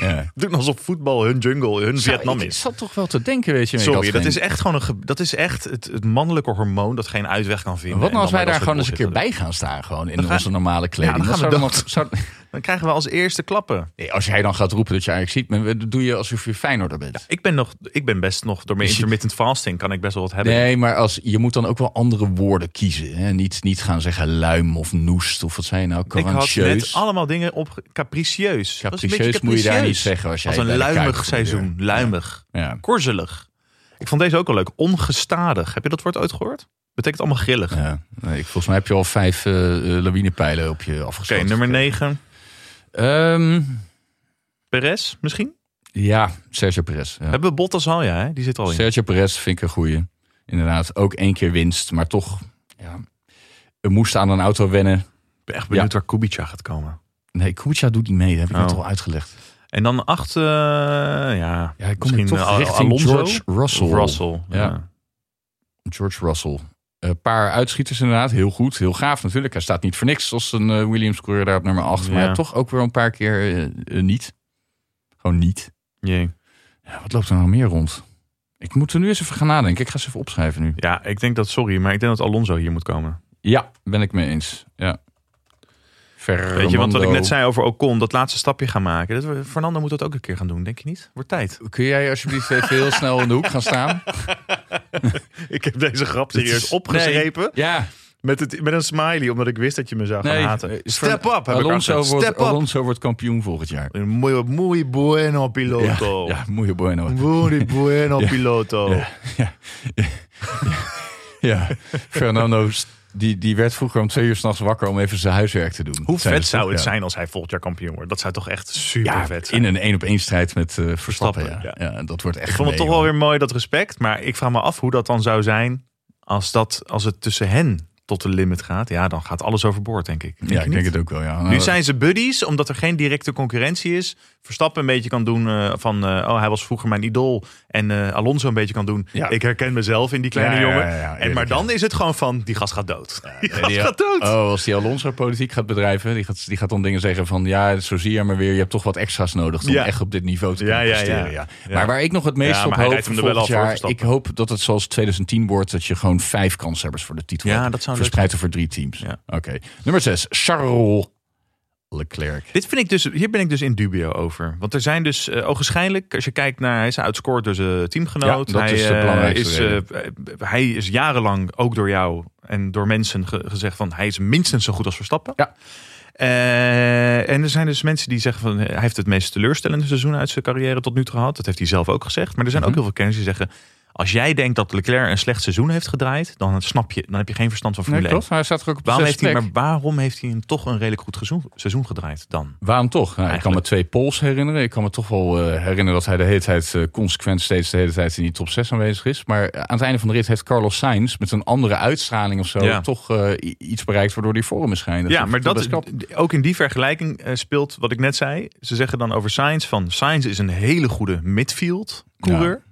Speaker 1: Ja.
Speaker 2: doen alsof voetbal hun jungle, hun Vietnam
Speaker 1: ik, ik
Speaker 2: is.
Speaker 1: zat toch wel te denken, weet je. maar ik
Speaker 2: nou Sorry,
Speaker 1: had
Speaker 2: dat
Speaker 1: geen-
Speaker 2: is echt gewoon een ge- dat is echt het, het mannelijke hormoon dat geen uitweg kan vinden.
Speaker 1: Wat
Speaker 2: En
Speaker 1: nou als
Speaker 2: dan
Speaker 1: wij daar
Speaker 2: maar
Speaker 1: gewoon
Speaker 2: dat
Speaker 1: eens een
Speaker 2: soort
Speaker 1: keer
Speaker 2: bullshit
Speaker 1: bij gaan staan, gewoon in
Speaker 2: Dan gaan-
Speaker 1: onze normale kleding?
Speaker 2: Ja, dan gaan
Speaker 1: Wat
Speaker 2: we
Speaker 1: zou dan nog- zou-
Speaker 2: doen? Dan krijgen we als eerste klappen.
Speaker 1: Nee, als jij dan gaat roepen dat je eigenlijk ziet, maar dat doe je alsof je Feyenoorder bent.
Speaker 2: Ik ben nog, ik ben best nog door mijn intermittent fasting kan ik best wel wat hebben.
Speaker 1: Nee, maar als, je moet dan ook wel andere woorden kiezen. Hè? Niet, niet gaan zeggen luim of noest of wat zijn nou,
Speaker 2: ik had net
Speaker 1: carantieus.
Speaker 2: allemaal dingen op capricieus. Dat was een beetje
Speaker 1: Capricieus moet je daar
Speaker 2: capricieus.
Speaker 1: niet zeggen als jij
Speaker 2: Als een
Speaker 1: bij de Kuip
Speaker 2: luimig
Speaker 1: voor de
Speaker 2: seizoen, luimig,
Speaker 1: Ja.
Speaker 2: korzelig. Ik vond deze ook al leuk. Ongestadig. Heb je dat woord ooit gehoord? Betekent allemaal grillig. Oké,
Speaker 1: Ja, nee, ik, volgens mij heb je al vijf eh, eh, lawinepijlen op je afgeschoten.
Speaker 2: nummer 9.
Speaker 1: Ehm,
Speaker 2: Perez misschien?
Speaker 1: ja, Sergio Perez. Ja.
Speaker 2: Hebben we Bottas al? Ja, hè? die zit al in.
Speaker 1: Sergio Perez vind ik een goeie. Inderdaad, ook één keer winst, maar toch. Ja, we moesten aan een auto wennen.
Speaker 2: Ik ben echt benieuwd waar Kubica gaat komen.
Speaker 1: Nee, Kubica doet niet mee, dat heb ik
Speaker 2: Oh.
Speaker 1: net al uitgelegd.
Speaker 2: En dan acht, eh, ja,
Speaker 1: Ja, hij komt
Speaker 2: misschien
Speaker 1: toch
Speaker 2: eh, Al-
Speaker 1: richting
Speaker 2: Alonso
Speaker 1: George Russell.
Speaker 2: of Russell. Ja.
Speaker 1: Ja. George Russell. Een paar uitschieters inderdaad, heel goed, heel gaaf natuurlijk. Hij staat niet voor niks als een eh, Williams coureur daar op nummer 8. Maar
Speaker 2: Ja.
Speaker 1: ja, toch ook weer een paar keer eh, eh, niet. Gewoon niet.
Speaker 2: Jee.
Speaker 1: Ja, wat loopt er nog meer rond? Ik moet er nu eens even gaan nadenken. Ik ga ze even opschrijven nu.
Speaker 2: ja, ik denk dat, sorry, maar ik denk dat Alonso hier moet komen.
Speaker 1: Ja, ben ik mee eens. Ja.
Speaker 2: Weet je, want wat ik net zei over Ocon, dat laatste stapje gaan maken. Dat, we- Fernando moet dat ook een keer gaan doen, denk je niet? Wordt tijd.
Speaker 1: Kun jij alsjeblieft even heel snel in de hoek gaan staan?
Speaker 2: Ik heb deze grap
Speaker 1: Dit
Speaker 2: serieus
Speaker 1: is-
Speaker 2: opgeschreven
Speaker 1: Nee, ja,
Speaker 2: met, het, met een smiley, omdat ik wist dat je me zou gaan
Speaker 1: nee. eh,
Speaker 2: haten. Step
Speaker 1: Fern-
Speaker 2: up, heb ik
Speaker 1: Alonso
Speaker 2: achter.
Speaker 1: wordt,
Speaker 2: Step up.
Speaker 1: Alonso wordt kampioen volgend jaar.
Speaker 2: Een Muy, muy bueno
Speaker 1: Ja,
Speaker 2: piloto.
Speaker 1: ja moeie bueno.
Speaker 2: Muy bueno piloto.
Speaker 1: Ja, ja, ja, ja. Fernando, s- die, die werd vroeger om twee uur s'nachts wakker om even zijn huiswerk te doen.
Speaker 2: Hoe vet
Speaker 1: Tijdens-
Speaker 2: zou het
Speaker 1: ja.
Speaker 2: zijn als hij volgend jaar kampioen wordt? Dat zou toch echt super
Speaker 1: Ja,
Speaker 2: vet zijn.
Speaker 1: in een één op één strijd met eh, Verstappen.
Speaker 2: Verstappen,
Speaker 1: ja. Ja. dat wordt echt
Speaker 2: Ik vond het
Speaker 1: nee,
Speaker 2: toch wel
Speaker 1: hoor.
Speaker 2: weer mooi, dat respect. Maar ik vraag me af hoe dat dan zou zijn als, dat, als het tussen hen tot de limit gaat. Ja, dan gaat alles overboord, denk ik.
Speaker 1: Ja, ik denk het ook wel. Ja.
Speaker 2: Nu
Speaker 1: Nou,
Speaker 2: zijn ze buddies, omdat er geen directe concurrentie is. Verstappen een beetje kan doen eh, van... eh, oh, hij was vroeger mijn idool. En eh, Alonso een beetje kan doen...
Speaker 1: Ja.
Speaker 2: ik herken mezelf in die kleine
Speaker 1: Ja, ja, ja,
Speaker 2: jongen.
Speaker 1: ja,
Speaker 2: en,
Speaker 1: eerlijk,
Speaker 2: maar dan
Speaker 1: ja.
Speaker 2: is het gewoon van... die gast gaat dood. die gast
Speaker 1: die-
Speaker 2: gaat dood.
Speaker 1: Oh, als die Alonso politiek gaat bedrijven, die gaat, die gaat dan dingen zeggen van ja, zo zie je maar weer. Je hebt toch wat extra's nodig om
Speaker 2: Ja.
Speaker 1: echt op dit niveau te
Speaker 2: Ja,
Speaker 1: kunnen
Speaker 2: ja,
Speaker 1: presteren.
Speaker 2: ja.
Speaker 1: ja.
Speaker 2: Ja.
Speaker 1: Maar waar ik nog het
Speaker 2: Ja,
Speaker 1: meest
Speaker 2: maar
Speaker 1: op
Speaker 2: hij
Speaker 1: hoop
Speaker 2: rijdt hem er wel
Speaker 1: volgend
Speaker 2: af, hoor,
Speaker 1: jaar, ik
Speaker 2: Verstappen.
Speaker 1: hoop dat het zoals 2010 wordt, dat je gewoon vijf kanshebbers voor de titel
Speaker 2: Ja,
Speaker 1: hebt.
Speaker 2: dat zou leuk
Speaker 1: Verspreid over drie teams.
Speaker 2: Ja.
Speaker 1: Oké. Nummer zes, Charles Leclerc.
Speaker 2: Dit vind ik dus, hier ben ik dus in dubio over. Want er zijn dus, eh ogenschijnlijk, als je kijkt naar, hij is outscored door zijn teamgenoot.
Speaker 1: Ja, dat
Speaker 2: hij,
Speaker 1: is de
Speaker 2: eh,
Speaker 1: belangrijkste
Speaker 2: is, eh, hij is jarenlang ook door jou en door mensen ge- gezegd van hij is minstens zo goed als Verstappen.
Speaker 1: Ja.
Speaker 2: Eh, en er zijn dus mensen die zeggen van eh, hij heeft het meest teleurstellende seizoen uit zijn carrière tot nu toe gehad. Dat heeft hij zelf ook gezegd. Maar
Speaker 1: Mhm.
Speaker 2: er zijn ook heel veel kennis die zeggen. Als jij denkt dat Leclerc een slecht seizoen heeft gedraaid, dan snap je, dan heb je geen verstand van
Speaker 1: Nee,
Speaker 2: Formule 1.
Speaker 1: klopt. Hij staat er ook op de
Speaker 2: Waarom
Speaker 1: zesde
Speaker 2: heeft, hij,
Speaker 1: plek.
Speaker 2: maar waarom heeft hij een, toch een redelijk goed gezoen- seizoen gedraaid dan?
Speaker 1: Waarom toch? Nou, ik kan me
Speaker 2: Eigenlijk.
Speaker 1: twee polls herinneren. Ik kan me toch wel eh, herinneren dat hij de hele tijd eh, consequent steeds de hele tijd in die top 6 aanwezig is. Maar eh, aan het einde van de rit heeft Carlos Sainz met een andere uitstraling of zo
Speaker 2: Ja.
Speaker 1: toch eh, i- iets bereikt waardoor hij voor hem is schijnt.
Speaker 2: Ja, maar dat
Speaker 1: is
Speaker 2: is,
Speaker 1: knap.
Speaker 2: d- ook in die vergelijking eh, speelt wat ik net zei. Ze zeggen dan over Sainz van Sainz is een hele goede midfield coureur.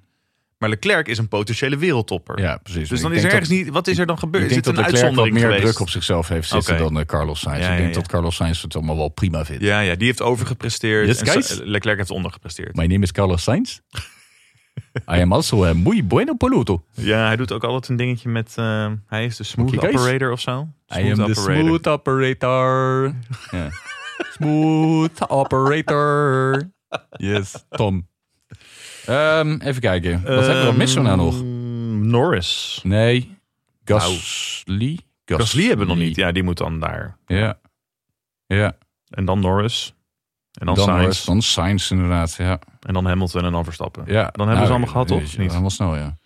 Speaker 2: Maar Leclerc is een potentiële wereldtopper.
Speaker 1: Ja, precies.
Speaker 2: Dus dan
Speaker 1: Ik
Speaker 2: is er
Speaker 1: denk
Speaker 2: ergens
Speaker 1: dat-
Speaker 2: niet. Wat is er dan gebeurd?
Speaker 1: Ik
Speaker 2: Is
Speaker 1: denk
Speaker 2: het
Speaker 1: dat
Speaker 2: een
Speaker 1: Leclerc wat
Speaker 2: uitzondering
Speaker 1: meer
Speaker 2: geweest?
Speaker 1: druk op zichzelf heeft zitten
Speaker 2: Oké.
Speaker 1: dan eh, Carlos Sainz.
Speaker 2: Ja,
Speaker 1: ik
Speaker 2: ja,
Speaker 1: denk
Speaker 2: ja.
Speaker 1: dat Carlos Sainz het allemaal wel prima vindt.
Speaker 2: Ja, ja, die heeft overgepresteerd.
Speaker 1: Yes,
Speaker 2: en Sa- eh,
Speaker 1: guys.
Speaker 2: Leclerc heeft ondergepresteerd.
Speaker 1: My name is Carlos Sainz. I am also a muy bueno piloto.
Speaker 2: Ja, hij doet ook altijd een dingetje met. eh, hij is de smooth
Speaker 1: Monkey guys.
Speaker 2: operator of zo.
Speaker 1: I am the smooth operator. Ja. smooth operator. Yes, Tom. Ehm, even kijken. Wat hebben we dan mis zo nou nog?
Speaker 2: Ehm, Norris.
Speaker 1: Nee. Gasly.
Speaker 2: Nou, Gasly hebben we nog niet. Ja, die moet dan daar.
Speaker 1: Ja. ja.
Speaker 2: En dan Norris. En dan,
Speaker 1: Dan
Speaker 2: Sainz.
Speaker 1: Norris, dan Sainz inderdaad. Ja.
Speaker 2: En dan Hamilton en dan Verstappen.
Speaker 1: ja. Nou,
Speaker 2: Dan hebben we ze allemaal gehad, toch?
Speaker 1: jeetje,
Speaker 2: Niet?
Speaker 1: Allemaal snel, nou, ja.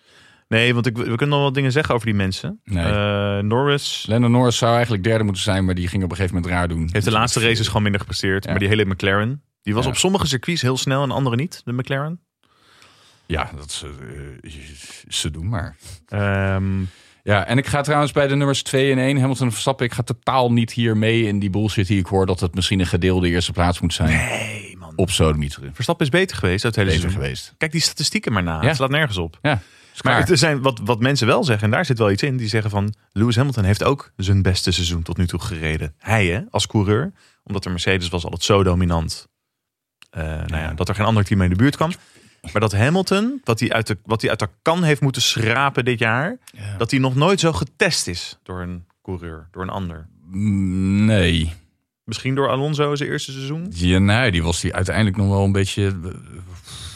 Speaker 2: Nee, want ik, we kunnen nog wel dingen zeggen over die mensen.
Speaker 1: Nee.
Speaker 2: Eh, Norris
Speaker 1: Lennon Norris zou eigenlijk derde moeten zijn, maar die ging op een gegeven moment raar doen.
Speaker 2: heeft de laatste races gewoon minder gepresteerd.
Speaker 1: Ja.
Speaker 2: Maar die hele McLaren, die was
Speaker 1: Ja.
Speaker 2: op sommige circuits heel snel en andere niet, de McLaren.
Speaker 1: Ja, dat ze, eh, ze doen maar.
Speaker 2: Ehm,
Speaker 1: Ja, en ik ga trouwens bij de nummers 2 en 1, Hamilton en Verstappen, ik ga totaal niet hier mee in die bullshit die ik hoor dat het misschien een gedeelde eerste plaats moet zijn
Speaker 2: hey man.
Speaker 1: op sodemieteren.
Speaker 2: Verstappen is beter geweest uit het hele
Speaker 1: Beter
Speaker 2: seizoen.
Speaker 1: geweest.
Speaker 2: Kijk die statistieken maar na.
Speaker 1: Ja.
Speaker 2: Het slaat nergens op.
Speaker 1: Ja, is
Speaker 2: Maar
Speaker 1: klaar.
Speaker 2: het- er zijn wat, wat mensen wel zeggen, en daar zit wel iets in, die zeggen van Lewis Hamilton heeft ook zijn beste seizoen tot nu toe gereden. Hij hè, als coureur, omdat de Mercedes was altijd zo dominant. Eh, Nou ja, dat er geen ander team mee in de buurt kwam. Maar dat Hamilton, wat hij uit de, wat hij uit de kan heeft moeten schrapen dit jaar,
Speaker 1: Ja.
Speaker 2: dat hij nog nooit zo getest is door een coureur, door een ander.
Speaker 1: Mm, Nee.
Speaker 2: Misschien door Alonso in zijn eerste seizoen.
Speaker 1: Ja, nee, die was die uiteindelijk nog wel een beetje... eh,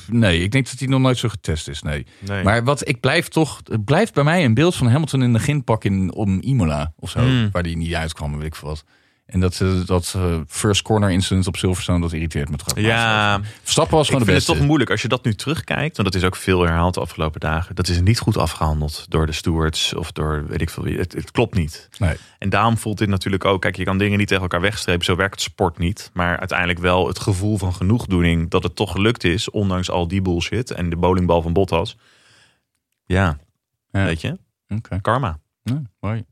Speaker 1: Nee, ik denk dat hij nog nooit zo getest is, nee.
Speaker 2: Nee.
Speaker 1: Maar wat ik blijf toch... Het blijft bij mij een beeld van Hamilton in de ginpak in, om Imola of zo.
Speaker 2: Hmm.
Speaker 1: Waar die niet uitkwam, weet ik veel wat. En dat, eh, dat eh, first corner incident op Silverstone, dat irriteert me trouwens.
Speaker 2: ja,
Speaker 1: Verstappen was gewoon
Speaker 2: ik
Speaker 1: de
Speaker 2: vind
Speaker 1: beste.
Speaker 2: het toch moeilijk als je dat nu terugkijkt. Want dat is ook veel herhaald de afgelopen dagen. Dat is niet goed afgehandeld door de stewards of door weet ik veel wie. Het, het klopt niet.
Speaker 1: Nee.
Speaker 2: En daarom voelt dit natuurlijk ook. Kijk, je kan dingen niet tegen elkaar wegstrepen. Zo werkt sport niet. Maar uiteindelijk wel het gevoel van genoegdoening dat het toch gelukt is. Ondanks al die bullshit en de bowlingbal van Bottas. Ja,
Speaker 1: Ja.
Speaker 2: weet je.
Speaker 1: Oké.
Speaker 2: Karma.
Speaker 1: Ja, mooi.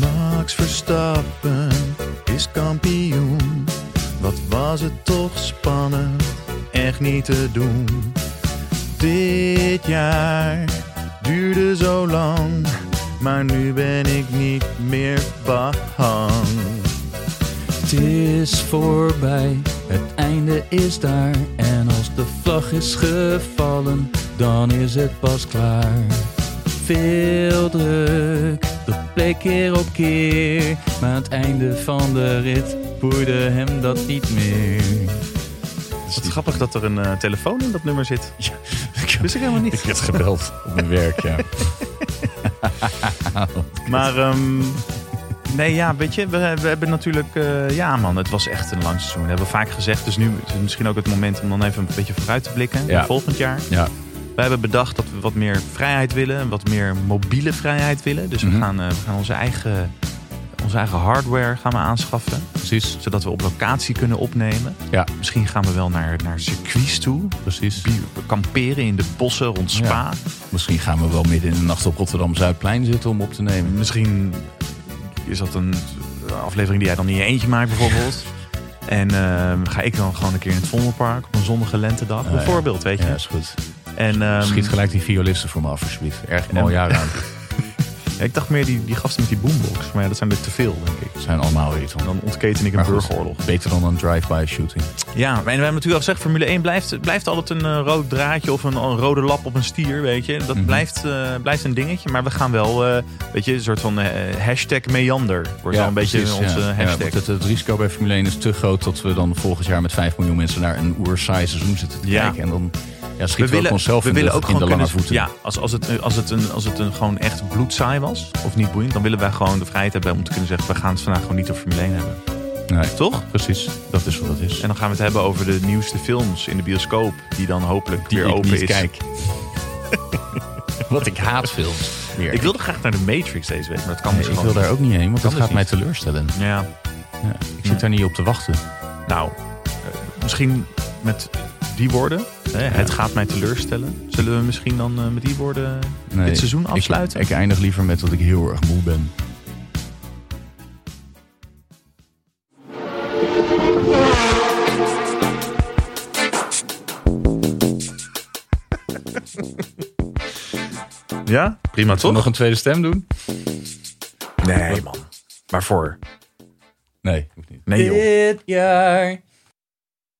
Speaker 2: Max Verstappen is kampioen. Wat was het toch spannend, echt niet te doen. Dit jaar duurde zo lang, maar nu ben ik niet meer bang.
Speaker 1: Het is voorbij, het einde is daar. En als de vlag is gevallen, dan is het pas klaar. Veel druk, dat bleek keer op keer. Maar aan het einde van de rit boeide hem dat niet meer.
Speaker 2: Wat grappig dat er een eh, telefoon in dat nummer zit. Wist ik helemaal
Speaker 1: Ik
Speaker 2: niet.
Speaker 1: werd gebeld op mijn werk, ja.
Speaker 2: Maar ehm, nee, ja, weet je, we, we hebben natuurlijk... eh, ja man, het was echt een lang seizoen. Dat hebben we vaak gezegd. Dus nu is het misschien ook het moment om dan even een beetje vooruit te blikken.
Speaker 1: Ja.
Speaker 2: Volgend jaar.
Speaker 1: ja.
Speaker 2: We hebben bedacht dat we wat meer vrijheid willen. en Wat meer mobiele vrijheid willen. Dus
Speaker 1: Mhm.
Speaker 2: we, gaan, eh, we gaan onze eigen... Onze eigen hardware gaan we aanschaffen.
Speaker 1: Precies,
Speaker 2: Zodat we op locatie kunnen opnemen.
Speaker 1: ja,
Speaker 2: Misschien gaan we wel naar, naar circuits toe.
Speaker 1: precies.
Speaker 2: Bi- Kamperen in de bossen rond Spa.
Speaker 1: Misschien gaan we wel midden in de nacht op Rotterdam Zuidplein zitten om op te nemen.
Speaker 2: Misschien is dat een aflevering die jij dan niet in je eentje maakt, bijvoorbeeld. En eh, ga ik dan gewoon een keer in het Vondelpark op een zonnige lentedag,
Speaker 1: ja.
Speaker 2: bijvoorbeeld, weet je.
Speaker 1: Ja, is goed.
Speaker 2: En ehm,
Speaker 1: Schiet gelijk die violisten voor me af, alsjeblieft. Erg mooi jaar aan.
Speaker 2: ja, ik dacht meer die, die gasten met die boombox, maar ja, dat zijn er te veel, denk ik.
Speaker 1: Het zijn allemaal weer iets
Speaker 2: En
Speaker 1: anders.
Speaker 2: dan ontketen ik een
Speaker 1: Maar goed,
Speaker 2: burgeroorlog.
Speaker 1: Beter dan een drive-by shooting.
Speaker 2: Ja, en we hebben natuurlijk al gezegd, Formule 1 blijft, blijft altijd een eh, rood draadje of een, een rode lap op een stier, weet je. Dat
Speaker 1: Mhm.
Speaker 2: blijft, eh, blijft een dingetje, maar we gaan wel, eh, weet je, een soort van eh, hashtag meander. Wordt wel een beetje onze
Speaker 1: ja. Ja,
Speaker 2: hashtag.
Speaker 1: want het, het risico bij Formule 1 is te groot dat we dan volgend jaar met 5 miljoen mensen naar een oersaai seizoen zitten te
Speaker 2: Ja.
Speaker 1: kijken. En dan ja, schieten we, ook onszelf in de, in de lange
Speaker 2: kunnen-
Speaker 1: voeten.
Speaker 2: Ja, als, als het, als het, een, als het een, gewoon echt bloedsaai was, of niet boeiend, dan willen wij gewoon de vrijheid hebben om te kunnen zeggen: we gaan het vandaag gewoon niet over Formule 1 hebben.
Speaker 1: Nee,
Speaker 2: Toch?
Speaker 1: precies. Dat is wat het is.
Speaker 2: En dan gaan we het hebben over de nieuwste films in de bioscoop, die dan hopelijk weer open is.
Speaker 1: wat ik haat films. Weer.
Speaker 2: Ik wilde graag naar de Matrix deze week, maar dat kan
Speaker 1: Nee,
Speaker 2: dus
Speaker 1: ik
Speaker 2: gewoon
Speaker 1: wil daar ook niet heen, want dat
Speaker 2: Kan dus
Speaker 1: gaat mij
Speaker 2: niet.
Speaker 1: teleurstellen.
Speaker 2: niet. Ja,
Speaker 1: Ja, ik zit daar niet op te wachten.
Speaker 2: nou, eh, misschien met die woorden. Hè, Het gaat mij teleurstellen. Zullen we misschien dan eh, met die woorden
Speaker 1: Nee,
Speaker 2: dit seizoen
Speaker 1: ik-
Speaker 2: afsluiten?
Speaker 1: ik eindig liever met dat ik heel erg moe ben.
Speaker 2: ja, prima
Speaker 1: Zullen we nog een tweede stem doen?
Speaker 2: Nee, man. Waarvoor?
Speaker 1: Nee, hoeft niet.
Speaker 2: Nee, joh.
Speaker 1: Dit jaar